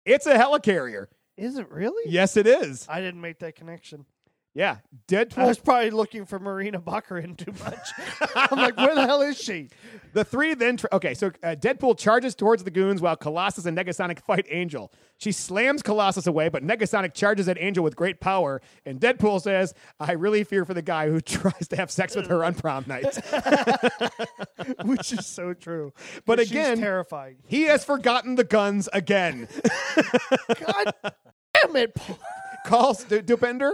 [SPEAKER 4] It's a helicarrier.
[SPEAKER 5] Is it really?
[SPEAKER 4] Yes, it is.
[SPEAKER 5] I didn't make that connection.
[SPEAKER 4] Yeah.
[SPEAKER 5] I
[SPEAKER 4] Deadpool
[SPEAKER 5] was probably looking for Marina Bakarin too much. I'm like, where the hell is she?
[SPEAKER 4] The three then. Tra- okay, so uh, Deadpool charges towards the goons while Colossus and Negasonic fight Angel. She slams Colossus away, but Negasonic charges at Angel with great power, and Deadpool says, I really fear for the guy who tries to have sex with her on prom night.
[SPEAKER 5] Which is so true.
[SPEAKER 4] But
[SPEAKER 5] She's
[SPEAKER 4] again-
[SPEAKER 5] terrifying.
[SPEAKER 4] he has forgotten the guns again.
[SPEAKER 5] God damn it, Paul.
[SPEAKER 4] Calls D- Dupender.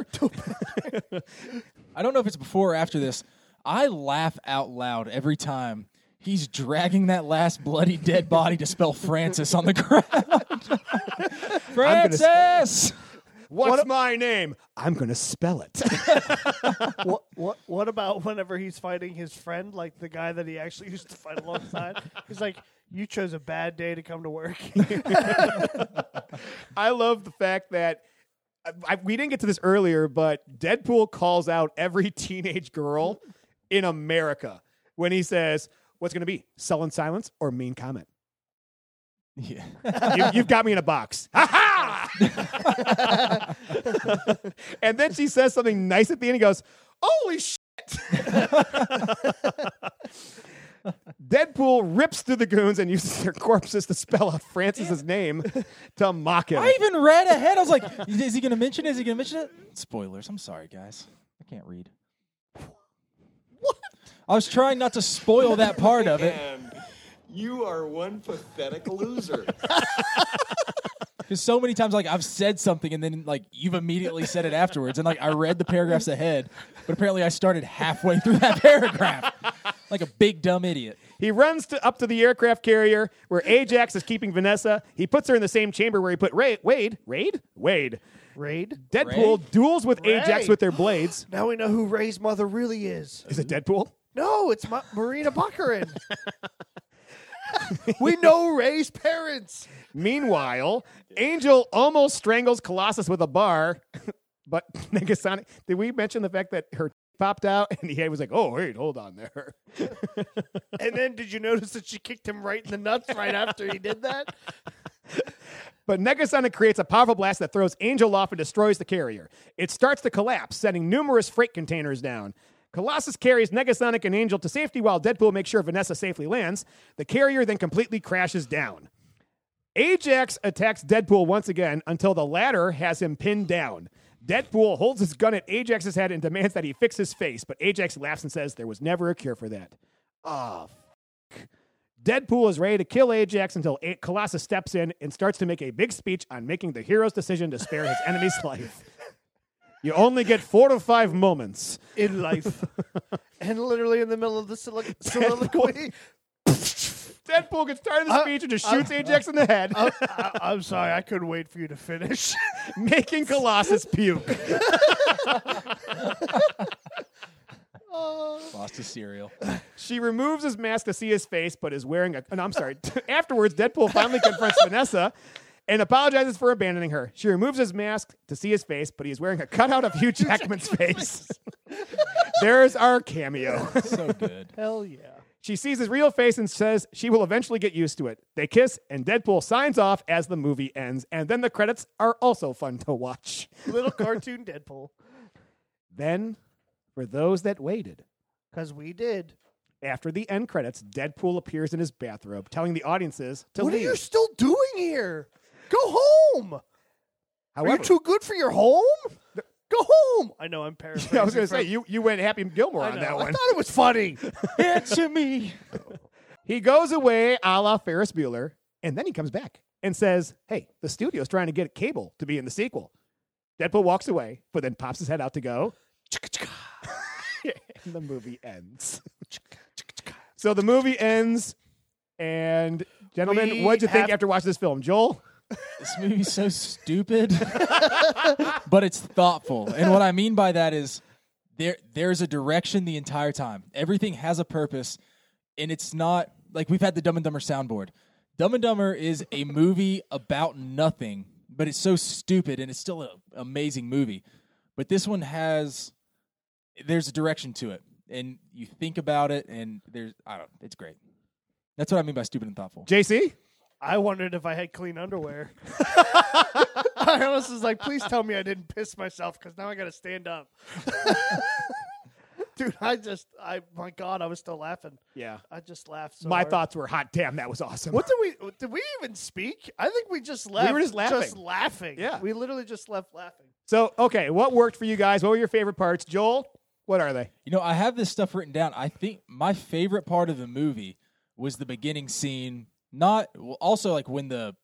[SPEAKER 6] I don't know if it's before or after this. I laugh out loud every time he's dragging that last bloody dead body to spell Francis on the ground. Francis!
[SPEAKER 4] What's my name? I'm going to spell it.
[SPEAKER 5] What, what, what about whenever he's fighting his friend, like the guy that he actually used to fight alongside? He's like, you chose a bad day to come to work.
[SPEAKER 4] I love the fact that I, I, we didn't get to this earlier, but Deadpool calls out every teenage girl in America when he says, "What's going to be sullen silence or mean comment?"
[SPEAKER 6] Yeah.
[SPEAKER 4] you, you've got me in a box. Ha ha! and then she says something nice at the end. He goes, "Holy shit!" Deadpool rips through the goons and uses their corpses to spell out Francis's name to mock him.
[SPEAKER 6] I even read ahead. I was like, is he going to mention it? Is he going to mention it? Spoilers. I'm sorry, guys. I can't read. What? I was trying not to spoil that part of it
[SPEAKER 10] And you are one pathetic loser.
[SPEAKER 6] because so many times, like, I've said something and then, like, you've immediately said it afterwards. And, like, I read the paragraphs ahead, but apparently I started halfway through that paragraph like a big dumb idiot.
[SPEAKER 4] He runs to, up to the aircraft carrier where Ajax is keeping Vanessa. He puts her in the same chamber where he put Ray- Wade. Raid? Wade.
[SPEAKER 5] Raid?
[SPEAKER 4] Deadpool
[SPEAKER 6] Ray?
[SPEAKER 4] duels with Ajax
[SPEAKER 5] Ray.
[SPEAKER 4] with their blades.
[SPEAKER 5] Now we know who Ray's mother really is.
[SPEAKER 4] is it Deadpool?
[SPEAKER 5] No, it's Ma- Marina Bakarin. we know Ray's parents.
[SPEAKER 4] Meanwhile, Angel almost strangles Colossus with a bar, but Negasonic. Did we mention the fact that her popped out and he was like, "Oh wait, hold on there."
[SPEAKER 5] And then did you notice that she kicked him right in the nuts right after he did that?
[SPEAKER 4] But Negasonic creates a powerful blast that throws Angel off and destroys the carrier. It starts to collapse, sending numerous freight containers down. Colossus carries Negasonic and Angel to safety while Deadpool makes sure Vanessa safely lands. The carrier then completely crashes down. Ajax attacks Deadpool once again until the latter has him pinned down. Deadpool holds his gun at Ajax's head and demands that he fix his face, but Ajax laughs and says there was never a cure for that. Ah, Deadpool is ready to kill Ajax until A- Colossus steps in and starts to make a big speech on making the hero's decision to spare his enemy's life. You only get four to five moments.
[SPEAKER 5] In life. and literally in the middle of the silo- soliloquy.
[SPEAKER 4] Deadpool gets tired of the
[SPEAKER 5] Uh,
[SPEAKER 4] speech and just shoots Ajax in the head,
[SPEAKER 5] I, I, I'm sorry, I couldn't wait for you to finish.
[SPEAKER 4] making Colossus puke.
[SPEAKER 6] Lost his cereal.
[SPEAKER 4] She removes his mask to see his face, but is wearing a. No, I'm sorry. Afterwards, Deadpool finally confronts Vanessa and apologizes for abandoning her. She removes his mask to see his face, but he is wearing a cutout of Hugh Jackman's face. There's our cameo.
[SPEAKER 6] So good.
[SPEAKER 5] Hell yeah.
[SPEAKER 4] She sees his real face and says she will eventually get used to it. They kiss, and Deadpool signs off as the movie ends, and then the credits are also fun to watch.
[SPEAKER 5] Little cartoon Deadpool.
[SPEAKER 4] Then, for those that waited,
[SPEAKER 5] Because we did.
[SPEAKER 4] after the end credits, Deadpool appears in his bathrobe, telling the audiences to
[SPEAKER 5] What are
[SPEAKER 4] leave.
[SPEAKER 5] you still doing here? Go home. Are you
[SPEAKER 4] However-
[SPEAKER 5] too good for your home? Go home. I know I'm paraphrasing.
[SPEAKER 4] I was going to say
[SPEAKER 5] from-
[SPEAKER 4] you, you went Happy Gilmore
[SPEAKER 5] I
[SPEAKER 4] on
[SPEAKER 5] know.
[SPEAKER 4] that
[SPEAKER 5] I
[SPEAKER 4] one.
[SPEAKER 5] thought it was funny.
[SPEAKER 6] Answer me.
[SPEAKER 4] He goes away a la Ferris Bueller, and then he comes back and says, Hey, the studio's trying to get Cable to be in the sequel. Deadpool walks away, but then pops his head out to go. and the movie ends. so the movie ends, and gentlemen,
[SPEAKER 5] We
[SPEAKER 4] what'd you think
[SPEAKER 5] have-
[SPEAKER 4] after watching this film? Joel?
[SPEAKER 6] This movie's so stupid, but it's thoughtful. And what I mean by that is there there's a direction the entire time. Everything has a purpose, and it's not like we've had the Dumb and Dumber soundboard. Dumb and Dumber is a movie about nothing, but it's so stupid and it's still an amazing movie. But this one has there's a direction to it, and you think about it, and there's I don't. It's great. That's what I mean by stupid and thoughtful.
[SPEAKER 4] JC?
[SPEAKER 5] I wondered if I had clean underwear. I almost was like, please tell me I didn't piss myself because now I got to stand up. Dude, I just, I my God, I was still laughing.
[SPEAKER 4] Yeah.
[SPEAKER 5] I just laughed. So
[SPEAKER 4] My
[SPEAKER 5] hard.
[SPEAKER 4] thoughts were hot damn, that was awesome.
[SPEAKER 5] What did we? Did we even speak? I think we just left.
[SPEAKER 4] just laughing.
[SPEAKER 5] laughing.
[SPEAKER 4] Yeah.
[SPEAKER 5] we literally just left laughing.
[SPEAKER 4] So, okay, what worked for you guys? What were your favorite parts? Joel, what are they?
[SPEAKER 6] You know, I have this stuff written down. I think my favorite part of the movie was the beginning scene. Not well, also like when the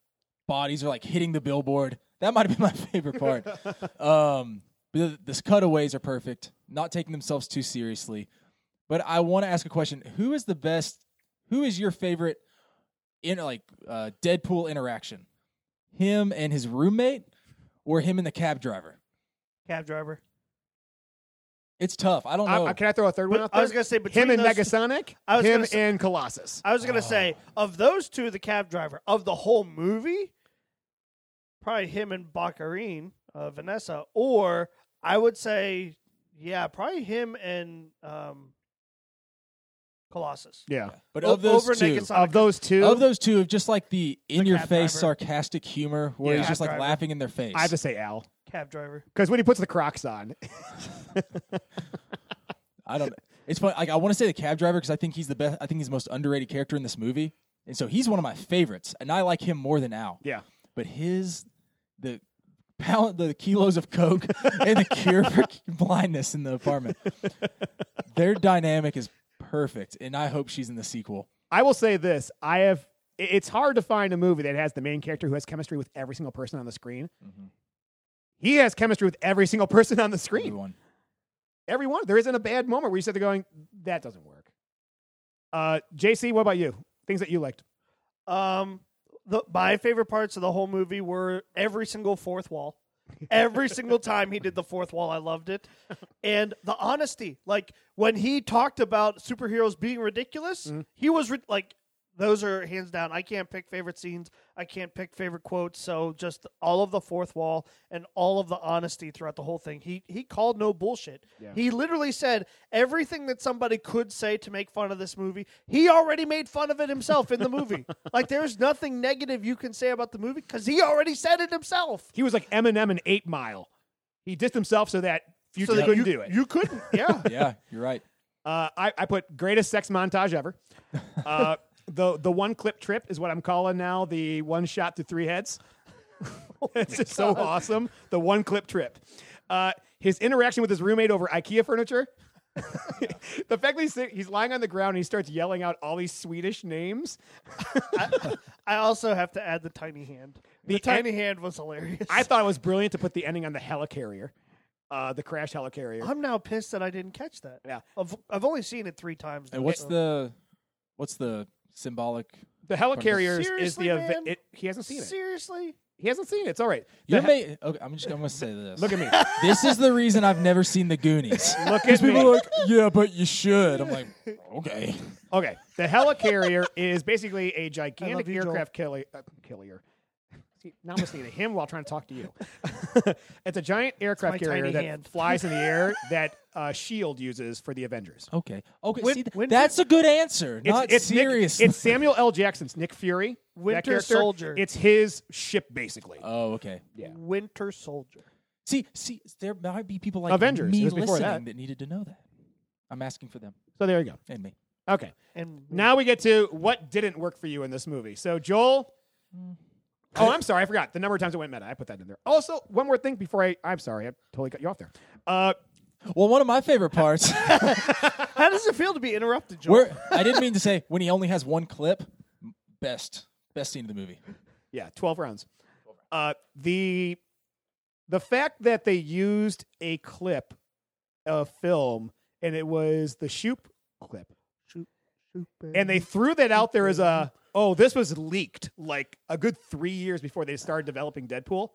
[SPEAKER 6] bodies are like hitting the billboard. That might have been my favorite part. um, but the, the cutaways are perfect. Not taking themselves too seriously. But I want to ask a question. Who is the best? Who is your favorite in like uh, Deadpool interaction? Him and his roommate, or him and the cab driver?
[SPEAKER 5] Cab driver.
[SPEAKER 6] It's tough. I don't
[SPEAKER 4] I-
[SPEAKER 6] know.
[SPEAKER 4] I- Uh, can I throw a third one
[SPEAKER 5] But
[SPEAKER 4] out there?
[SPEAKER 5] I was gonna say between
[SPEAKER 4] him and
[SPEAKER 5] those-
[SPEAKER 4] Negasonic,
[SPEAKER 5] I was
[SPEAKER 4] him
[SPEAKER 5] gonna say-
[SPEAKER 4] and Colossus.
[SPEAKER 5] I was gonna say of those two, the cab driver of the whole movie, probably him and Baccarine, uh, Vanessa, or I would say, yeah, probably him and um, Colossus.
[SPEAKER 4] yeah.
[SPEAKER 6] but
[SPEAKER 5] O-
[SPEAKER 6] of those
[SPEAKER 5] over
[SPEAKER 6] two,
[SPEAKER 5] Naked Sonic
[SPEAKER 4] Of those two,
[SPEAKER 6] of those two of just like the in your
[SPEAKER 5] cab
[SPEAKER 6] face
[SPEAKER 5] driver.
[SPEAKER 6] sarcastic humor where
[SPEAKER 4] Yeah.
[SPEAKER 6] he's just
[SPEAKER 5] Cab
[SPEAKER 6] like
[SPEAKER 5] driver.
[SPEAKER 6] laughing in their face.
[SPEAKER 4] I have to say Al.
[SPEAKER 5] Cab driver.
[SPEAKER 4] Because when he puts the Crocs on,
[SPEAKER 6] I don't. It's funny. Like I want to say the cab driver because I think he's the best. I think he's the most underrated character in this movie, and so he's one of my favorites. And I like him more than Al.
[SPEAKER 4] yeah.
[SPEAKER 6] But his the pound the kilos of coke and the cure for blindness in the apartment. Their dynamic is perfect, and I hope she's in the sequel.
[SPEAKER 4] I will say this: I have. i- It's hard to find a movie that has the main character who has chemistry with every single person on the screen. He has chemistry with every single person on the screen.
[SPEAKER 6] Everyone.
[SPEAKER 4] Everyone. There isn't a bad moment where you sit there going, "That doesn't work." Uh, JC, what about you? Things that you liked?
[SPEAKER 5] Um, the, my favorite parts of the whole movie were every single fourth wall. Every single time he did the fourth wall, I loved it. And the honesty, like when he talked about superheroes being ridiculous, he was ri- like, those are hands down. I can't pick favorite scenes. I can't pick favorite quotes. So just all of the fourth wall and all of the honesty throughout the whole thing. He he called no bullshit. He literally said everything that somebody could say to make fun of this movie. He already made fun of it himself in the movie. like there's nothing negative you can say about the movie because he already said it himself.
[SPEAKER 4] He was like Eminem in Eight Mile. He dissed himself so that Future
[SPEAKER 5] that
[SPEAKER 4] couldn't
[SPEAKER 5] you-
[SPEAKER 4] do it.
[SPEAKER 5] You couldn't. Yeah.
[SPEAKER 6] Yeah, you're right.
[SPEAKER 4] Uh, I, I put greatest sex montage ever. Uh, the the one clip trip is what I'm calling now the one shot to three heads.
[SPEAKER 5] Oh
[SPEAKER 4] it's just so awesome. The one clip trip. Uh, his interaction with his roommate over IKEA furniture. the fact that he's, sit- he's lying on the ground and he starts yelling out all these Swedish names.
[SPEAKER 5] I also have to add the tiny hand. The,
[SPEAKER 4] The
[SPEAKER 5] tiny hand was hilarious.
[SPEAKER 4] I thought it was brilliant to put the ending on the helicarrier, uh, the crash helicarrier.
[SPEAKER 5] I'm now pissed that I didn't catch that.
[SPEAKER 4] Yeah.
[SPEAKER 5] I've, I've only seen it three times.
[SPEAKER 6] And
[SPEAKER 5] now,
[SPEAKER 6] what's
[SPEAKER 5] so-
[SPEAKER 6] the what's the symbolic?
[SPEAKER 4] The helicarrier is- is
[SPEAKER 5] Seriously,
[SPEAKER 4] the event.
[SPEAKER 5] man?
[SPEAKER 4] It, he hasn't seen it.
[SPEAKER 5] Seriously?
[SPEAKER 4] He hasn't seen it. It's all right. The
[SPEAKER 6] You're
[SPEAKER 4] he-
[SPEAKER 6] ma- okay, I'm just I'm gonna say this.
[SPEAKER 4] Look at me.
[SPEAKER 6] this is the reason I've never seen the Goonies.
[SPEAKER 4] Look at me.
[SPEAKER 6] People are like, yeah, but you should. I'm like, okay.
[SPEAKER 4] Okay, the helicarrier is basically a gigantic
[SPEAKER 5] you, Joel.
[SPEAKER 4] aircraft killer. Uh, killer. See, Now I'm listening to him while trying to talk to you. it's a giant aircraft
[SPEAKER 5] my
[SPEAKER 4] carrier
[SPEAKER 5] tiny
[SPEAKER 4] that
[SPEAKER 5] hand.
[SPEAKER 4] flies in the air that uh, Shield uses for the Avengers.
[SPEAKER 6] Okay. Okay.
[SPEAKER 5] Win-
[SPEAKER 6] see, th-
[SPEAKER 5] Winter-
[SPEAKER 6] that's a good answer.
[SPEAKER 4] It's,
[SPEAKER 6] Not
[SPEAKER 4] it's Nick-
[SPEAKER 6] serious.
[SPEAKER 4] it's Samuel L. Jackson's Nick Fury, that
[SPEAKER 5] Winter
[SPEAKER 4] character.
[SPEAKER 5] Soldier.
[SPEAKER 4] It's his ship basically.
[SPEAKER 6] oh, okay.
[SPEAKER 5] Winter Soldier.
[SPEAKER 6] See, see, there might be people like
[SPEAKER 4] Avengers,
[SPEAKER 6] me
[SPEAKER 4] it was before
[SPEAKER 6] listening
[SPEAKER 4] that.
[SPEAKER 6] that. needed to know that. I'm asking for them
[SPEAKER 4] so there you go.
[SPEAKER 6] and me.
[SPEAKER 4] Okay,
[SPEAKER 5] And
[SPEAKER 4] now we get to what didn't work for you in this movie. So Joel.
[SPEAKER 5] Mm.
[SPEAKER 4] Oh, I'm sorry. I forgot the number of times it went meta. I put that in there. Also, one more thing before I. I'm sorry. I totally cut you off there. Uh,
[SPEAKER 6] Well, one of my favorite parts.
[SPEAKER 5] how does it feel to be interrupted, Joel?
[SPEAKER 6] where I didn't mean to say when he only has one clip. Best, best scene of the movie.
[SPEAKER 4] Yeah, twelve rounds. Uh, the the fact that they used a clip of film and it was the Shoop clip, and they threw that out there as a oh this was leaked like a good three years before they started developing Deadpool,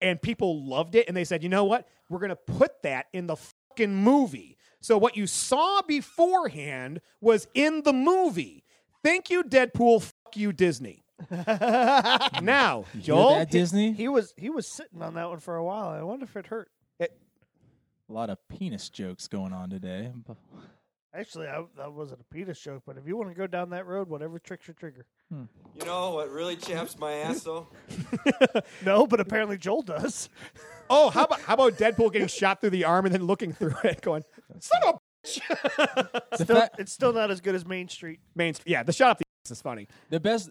[SPEAKER 4] and people loved it and they said you know what we're gonna put that in the fucking movie. So what you saw beforehand was in the movie. Thank you, Deadpool. Fuck you, Disney. now,
[SPEAKER 6] Joel?
[SPEAKER 4] Joel,
[SPEAKER 6] Disney?
[SPEAKER 5] He was he was sitting on that one for a while. I wonder if it hurt.
[SPEAKER 6] a lot of penis jokes going on today.
[SPEAKER 5] Actually, I, that wasn't a penis joke, but if you want to go down that road, whatever tricks your trigger.
[SPEAKER 10] You know what really chaps my ass though?
[SPEAKER 5] No, but apparently Joel does.
[SPEAKER 4] oh, how about how about Deadpool getting shot through the arm and then looking through it, going son of a
[SPEAKER 6] The,
[SPEAKER 5] Still,
[SPEAKER 6] fa-
[SPEAKER 5] it's still not as good as Main Street.
[SPEAKER 4] main. St- yeah, the shot up the ass is funny.
[SPEAKER 6] the best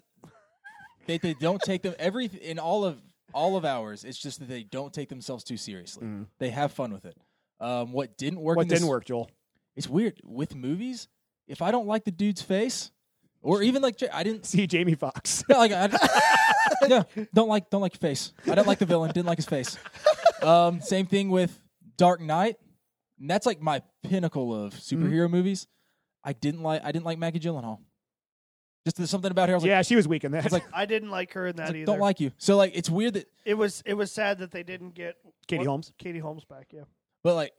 [SPEAKER 6] that they don't take them every in all of all of ours. It's just that they don't take themselves too seriously. They have fun with it. Um, what didn't work?
[SPEAKER 4] Mm-hmm. What
[SPEAKER 6] in this-
[SPEAKER 4] didn't work, Joel?
[SPEAKER 6] It's weird with movies. If I don't like the dude's face, or even like I didn't.
[SPEAKER 4] See Jamie Fox.
[SPEAKER 6] No, like I, no, don't like don't like your face. I don't like the villain. Didn't like his face. Um, same thing with Dark Knight. And that's like my pinnacle of superhero
[SPEAKER 4] Mm-hmm.
[SPEAKER 6] movies. I didn't like I didn't like Maggie Gyllenhaal. Just there's something about her. I was like,
[SPEAKER 4] yeah, she was weak in that.
[SPEAKER 6] It's like-
[SPEAKER 5] I didn't like her in that
[SPEAKER 6] It's like,
[SPEAKER 5] either.
[SPEAKER 6] don't like you. So like it's weird that
[SPEAKER 5] it was it was sad that they didn't get
[SPEAKER 4] Katie Holmes.
[SPEAKER 5] Katie Holmes back. Yeah,
[SPEAKER 6] but like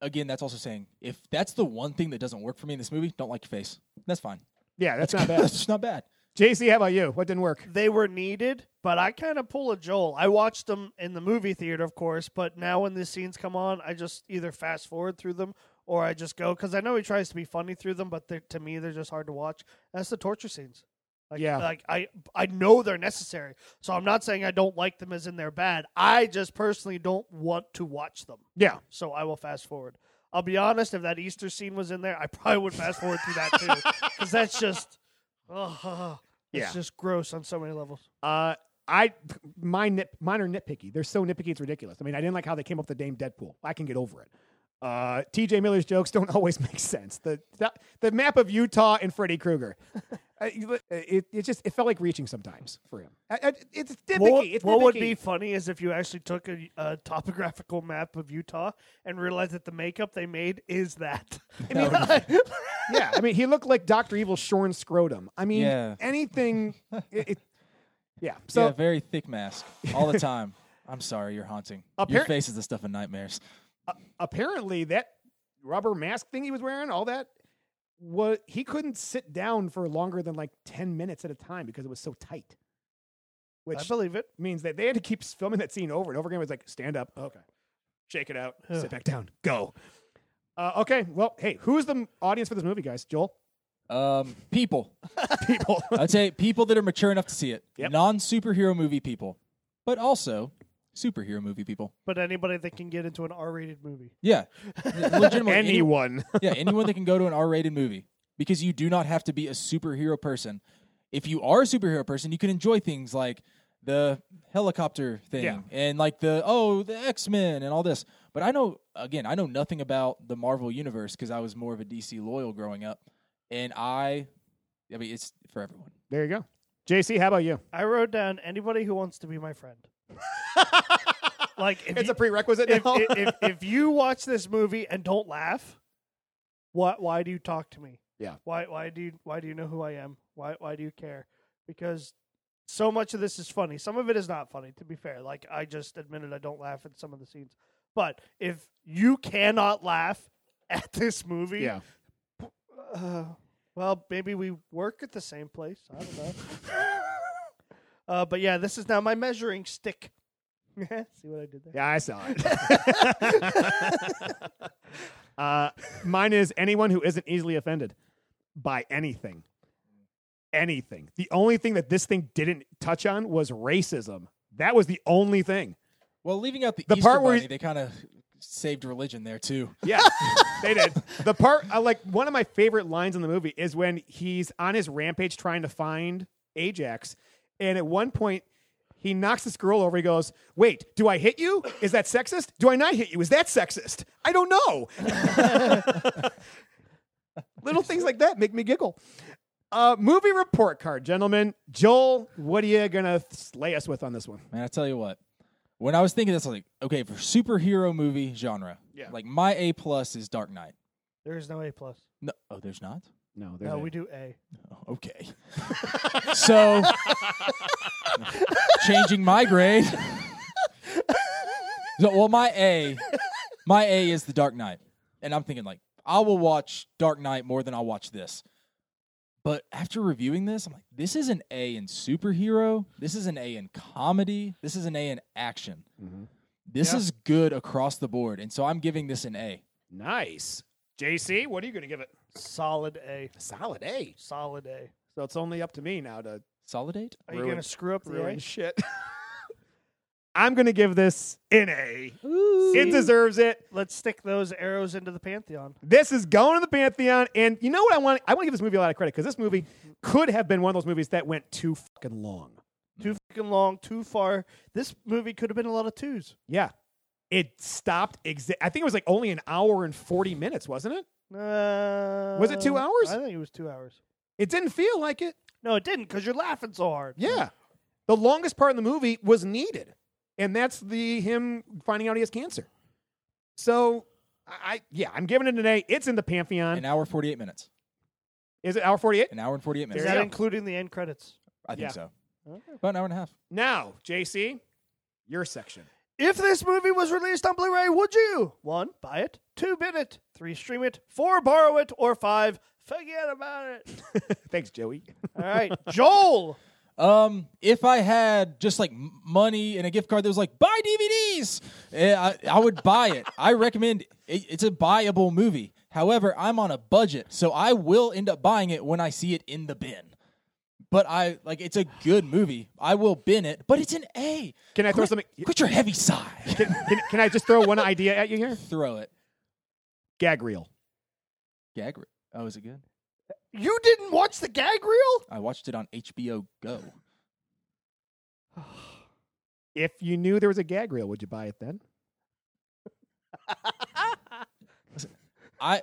[SPEAKER 6] again that's also saying if that's the one thing that doesn't work for me in this movie, don't like your face. That's fine.
[SPEAKER 4] yeah, that's not bad.
[SPEAKER 6] that's just not bad.
[SPEAKER 4] JC, how about you? What didn't work?
[SPEAKER 5] they were needed, but I kind of pull a Joel. I watched them in the movie theater, of course, but now when the scenes come on, I just either fast forward through them or I just go because I know he tries to be funny through them, but they're, to me they're just hard to watch. That's the torture scenes. Like,
[SPEAKER 4] Yeah.
[SPEAKER 5] like I I know they're necessary, so I'm not saying I don't like them as in they're bad. I just personally don't want to watch them.
[SPEAKER 4] Yeah,
[SPEAKER 5] so I will fast forward. I'll be honest, if that Easter scene was in there, I probably would fast forward through that too, because that's just, oh, it's
[SPEAKER 4] Yeah.
[SPEAKER 5] just gross on so many levels.
[SPEAKER 4] Uh, I my nit, mine are nitpicky. They're so nitpicky, it's ridiculous. I mean, I didn't like how they came up with the name Deadpool. I can get over it. Uh, T.J. Miller's jokes don't always make sense. The the, the map of Utah and Freddy Krueger. Uh, you- it, it just it felt like reaching sometimes for him. I, I, it's nitpicky.
[SPEAKER 5] What,
[SPEAKER 4] it's
[SPEAKER 5] what would
[SPEAKER 4] nitpicky.
[SPEAKER 5] be funny is if you actually took a, a topographical map of Utah and realized that the makeup they made is that. I mean,
[SPEAKER 4] yeah, I mean, he looked like Doctor Evil's shorn scrotum. I mean,
[SPEAKER 6] Yeah.
[SPEAKER 4] anything. It, it, yeah. So
[SPEAKER 6] yeah, very thick mask all the time. I'm sorry, you're haunting. Your
[SPEAKER 4] Appar-
[SPEAKER 6] face is the stuff of nightmares.
[SPEAKER 4] apparently that rubber mask thing he was wearing, all that, was he couldn't sit down for longer than like ten minutes at a time because it was so tight. Which
[SPEAKER 5] I believe it.
[SPEAKER 4] means that they had to keep filming that scene over and over again. It was like stand up, okay, shake it out, sit back down, go. Uh, okay, well, hey, who's the m- audience for this movie, guys? Joel,
[SPEAKER 6] Um, people.
[SPEAKER 4] people.
[SPEAKER 6] I'd say people that are mature enough to see it.
[SPEAKER 4] Yep.
[SPEAKER 6] Non superhero movie people, but also superhero movie people.
[SPEAKER 5] But anybody that can get into an R-rated movie,
[SPEAKER 6] Yeah, legitimately. any-
[SPEAKER 4] Anyone?
[SPEAKER 6] yeah, anyone that can go to an R-rated movie because you do not have to be a superhero person. If you are a superhero person, you can enjoy things like the helicopter thing
[SPEAKER 4] Yeah.
[SPEAKER 6] and like the oh the X Men and all this. But I know again, I know nothing about the Marvel universe because I was more of a DC loyal growing up, and I, I mean, it's for everyone.
[SPEAKER 4] there you go. JC, how about you?
[SPEAKER 5] I wrote down anybody who wants to be my friend. like if
[SPEAKER 4] It's
[SPEAKER 5] you-
[SPEAKER 4] a prerequisite.
[SPEAKER 5] if,
[SPEAKER 4] now.
[SPEAKER 5] if, if, if you watch this movie and don't laugh, why why do you talk to me?
[SPEAKER 4] Yeah.
[SPEAKER 5] Why why do you why do you know who I am? Why why do you care? Because so much of this is funny. Some of it is not funny, to be fair. Like I just admitted I don't laugh at some of the scenes. But if you cannot laugh at this movie,
[SPEAKER 4] yeah.
[SPEAKER 5] uh, well, maybe we work at the same place. I don't know. uh, but yeah, this is now my measuring stick. See what I did there?
[SPEAKER 4] Yeah, I saw it. uh, mine is anyone who isn't easily offended by anything. Anything. The only thing that this thing didn't touch on was racism. That was the only thing.
[SPEAKER 6] Well, leaving out the,
[SPEAKER 4] The
[SPEAKER 6] Easter
[SPEAKER 4] part where
[SPEAKER 6] Bunny,
[SPEAKER 4] he-
[SPEAKER 6] they kind of saved religion there too.
[SPEAKER 4] Yeah, they did. The part, uh, like, one of my favorite lines in the movie is when he's on his rampage trying to find Ajax. And at one point, he knocks this girl over. He goes, Wait, do I hit you? Is that sexist? Do I not hit you? Is that sexist? I don't know. Little things like that make me giggle. Uh, movie report card, gentlemen. Joel, what are you going to slay us with on this one?
[SPEAKER 6] Man, I tell you what. When I was thinking this, I was like, okay, for superhero movie genre,
[SPEAKER 4] Yeah.
[SPEAKER 6] like my A plus is Dark Knight.
[SPEAKER 5] There is no A plus.
[SPEAKER 6] No, oh, there's not.
[SPEAKER 4] No,
[SPEAKER 5] No, we do A.
[SPEAKER 6] Oh, okay. so, changing my grade. so, well, my A, my A is The Dark Knight, and I'm thinking like I will watch Dark Knight more than I'll watch this. But after reviewing this, I'm like, this is an A in superhero. This is an A in comedy. This is an A in action. This is good across the board. And so I'm giving this an A.
[SPEAKER 4] Nice. JC, what are you going to give it?
[SPEAKER 5] Solid A.
[SPEAKER 4] Solid A.
[SPEAKER 5] Solid A.
[SPEAKER 4] So it's only up to me now to
[SPEAKER 6] Solidate?
[SPEAKER 5] Are you
[SPEAKER 4] Ruined.
[SPEAKER 5] gonna screw up the
[SPEAKER 4] ruin
[SPEAKER 5] A?
[SPEAKER 4] shit. I'm going to give this an A. It deserves it.
[SPEAKER 5] Let's stick those arrows into the pantheon.
[SPEAKER 4] This is going to the pantheon, and you know what I want? I want to give this movie a lot of credit because this movie could have been one of those movies that went too fucking long.
[SPEAKER 5] Too fucking long, too far. This movie could have been a lot of twos.
[SPEAKER 4] Yeah, it stopped. Exa- I think it was like only an hour and forty minutes, wasn't it?
[SPEAKER 5] Uh,
[SPEAKER 4] it two hours?
[SPEAKER 5] I think it was two hours.
[SPEAKER 4] It didn't feel like it.
[SPEAKER 5] No, it didn't, because you're laughing so hard.
[SPEAKER 4] Yeah, the longest part of the movie was needed, and that's the him finding out he has cancer. So, I I- yeah, I'm giving it an A. It's in the
[SPEAKER 6] An
[SPEAKER 4] pantheon.
[SPEAKER 6] hour, 48 minutes.
[SPEAKER 4] Is it hour forty-eight?
[SPEAKER 6] An hour and 48
[SPEAKER 5] Is
[SPEAKER 6] minutes.
[SPEAKER 5] that
[SPEAKER 4] go.
[SPEAKER 5] including the end credits?
[SPEAKER 6] I
[SPEAKER 4] Yeah.
[SPEAKER 6] think so. About an hour and a half.
[SPEAKER 4] Now, JC, your section.
[SPEAKER 5] If this movie was released on Blu-ray, would you? One, buy it. Two, bid it. Three, stream it. Four, borrow it. Or five, forget about it.
[SPEAKER 4] Thanks, Joey.
[SPEAKER 5] All right, Joel.
[SPEAKER 6] Um, if I had just like m- money and a gift card that was like buy DVDs, eh, I, I would buy it. I recommend it, it's a buyable movie. However, I'm on a budget, so I will end up buying it when I see it in the bin. But I like it's a good movie. I will bin it, but it's an A.
[SPEAKER 4] Can I throw
[SPEAKER 6] Quit-
[SPEAKER 4] something-
[SPEAKER 6] Quit your heavy sigh.
[SPEAKER 4] Can, can, can I just throw one idea at you here?
[SPEAKER 6] Throw it.
[SPEAKER 4] Gag reel.
[SPEAKER 6] Gag. re- Oh, is it good?
[SPEAKER 5] You didn't watch the gag reel?
[SPEAKER 6] I watched it on HBO Go.
[SPEAKER 4] If you knew there was a gag reel, would you buy it then?
[SPEAKER 6] I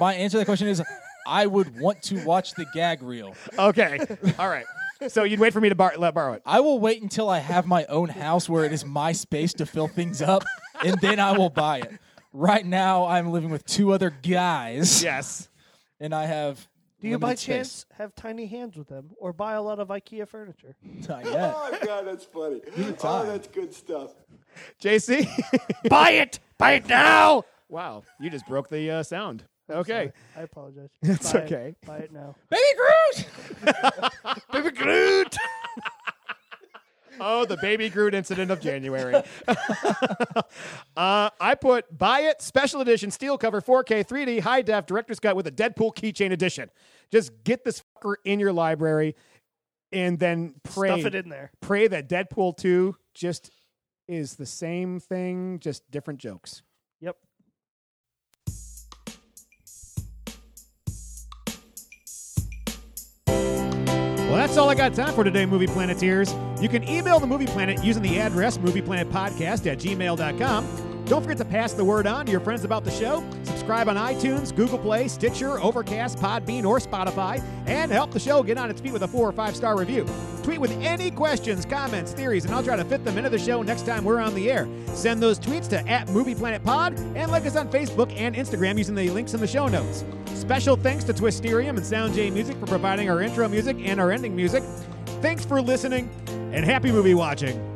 [SPEAKER 6] my answer to that question is I would want to watch the gag reel.
[SPEAKER 4] Okay. All right. So you'd wait for me to bar- let borrow it.
[SPEAKER 6] I will wait until I have my own house where it is my space to fill things up, and then I will buy it. Right now, I'm living with two other guys,
[SPEAKER 4] Yes.
[SPEAKER 6] and I have.
[SPEAKER 5] Do you by
[SPEAKER 6] limited space.
[SPEAKER 5] chance have tiny hands with them, or buy a lot of IKEA furniture?
[SPEAKER 6] Not yet.
[SPEAKER 11] Oh god, that's funny. Oh,
[SPEAKER 6] time.
[SPEAKER 11] that's good stuff.
[SPEAKER 4] JC?
[SPEAKER 5] buy it, buy it now.
[SPEAKER 4] wow. You just broke the uh, sound. Okay.
[SPEAKER 5] I apologize.
[SPEAKER 4] It's
[SPEAKER 5] Buy it.
[SPEAKER 4] okay.
[SPEAKER 5] Buy it now.
[SPEAKER 6] Baby Groot.
[SPEAKER 4] Baby Groot! oh, the Baby Groot incident of January. uh, I put buy it, special edition, steel cover, 4K, 3D, high def, director's cut with a Deadpool keychain edition. Just get this fucker in your library and then pray.
[SPEAKER 5] Stuff it in there.
[SPEAKER 4] pray that Deadpool 2 just is the same thing, just different jokes.
[SPEAKER 5] Yep.
[SPEAKER 4] Well, that's all I got time for today, Movie Planeteers. You can email the Movie Planet using the address movieplanetpodcast at gmail.com. Don't forget to pass the word on to your friends about the show. Subscribe on iTunes, Google Play, Stitcher, Overcast, Podbean, or Spotify, and help the show get on its feet with a four or five star review. Tweet with any questions, comments, theories, and I'll try to fit them into the show next time we're on the air. Send those tweets to at MoviePlanetPod and like us on Facebook and Instagram using the links in the show notes. Special thanks to Twisterium and Sound J Music for providing our intro music and our ending music. Thanks for listening, and happy movie watching.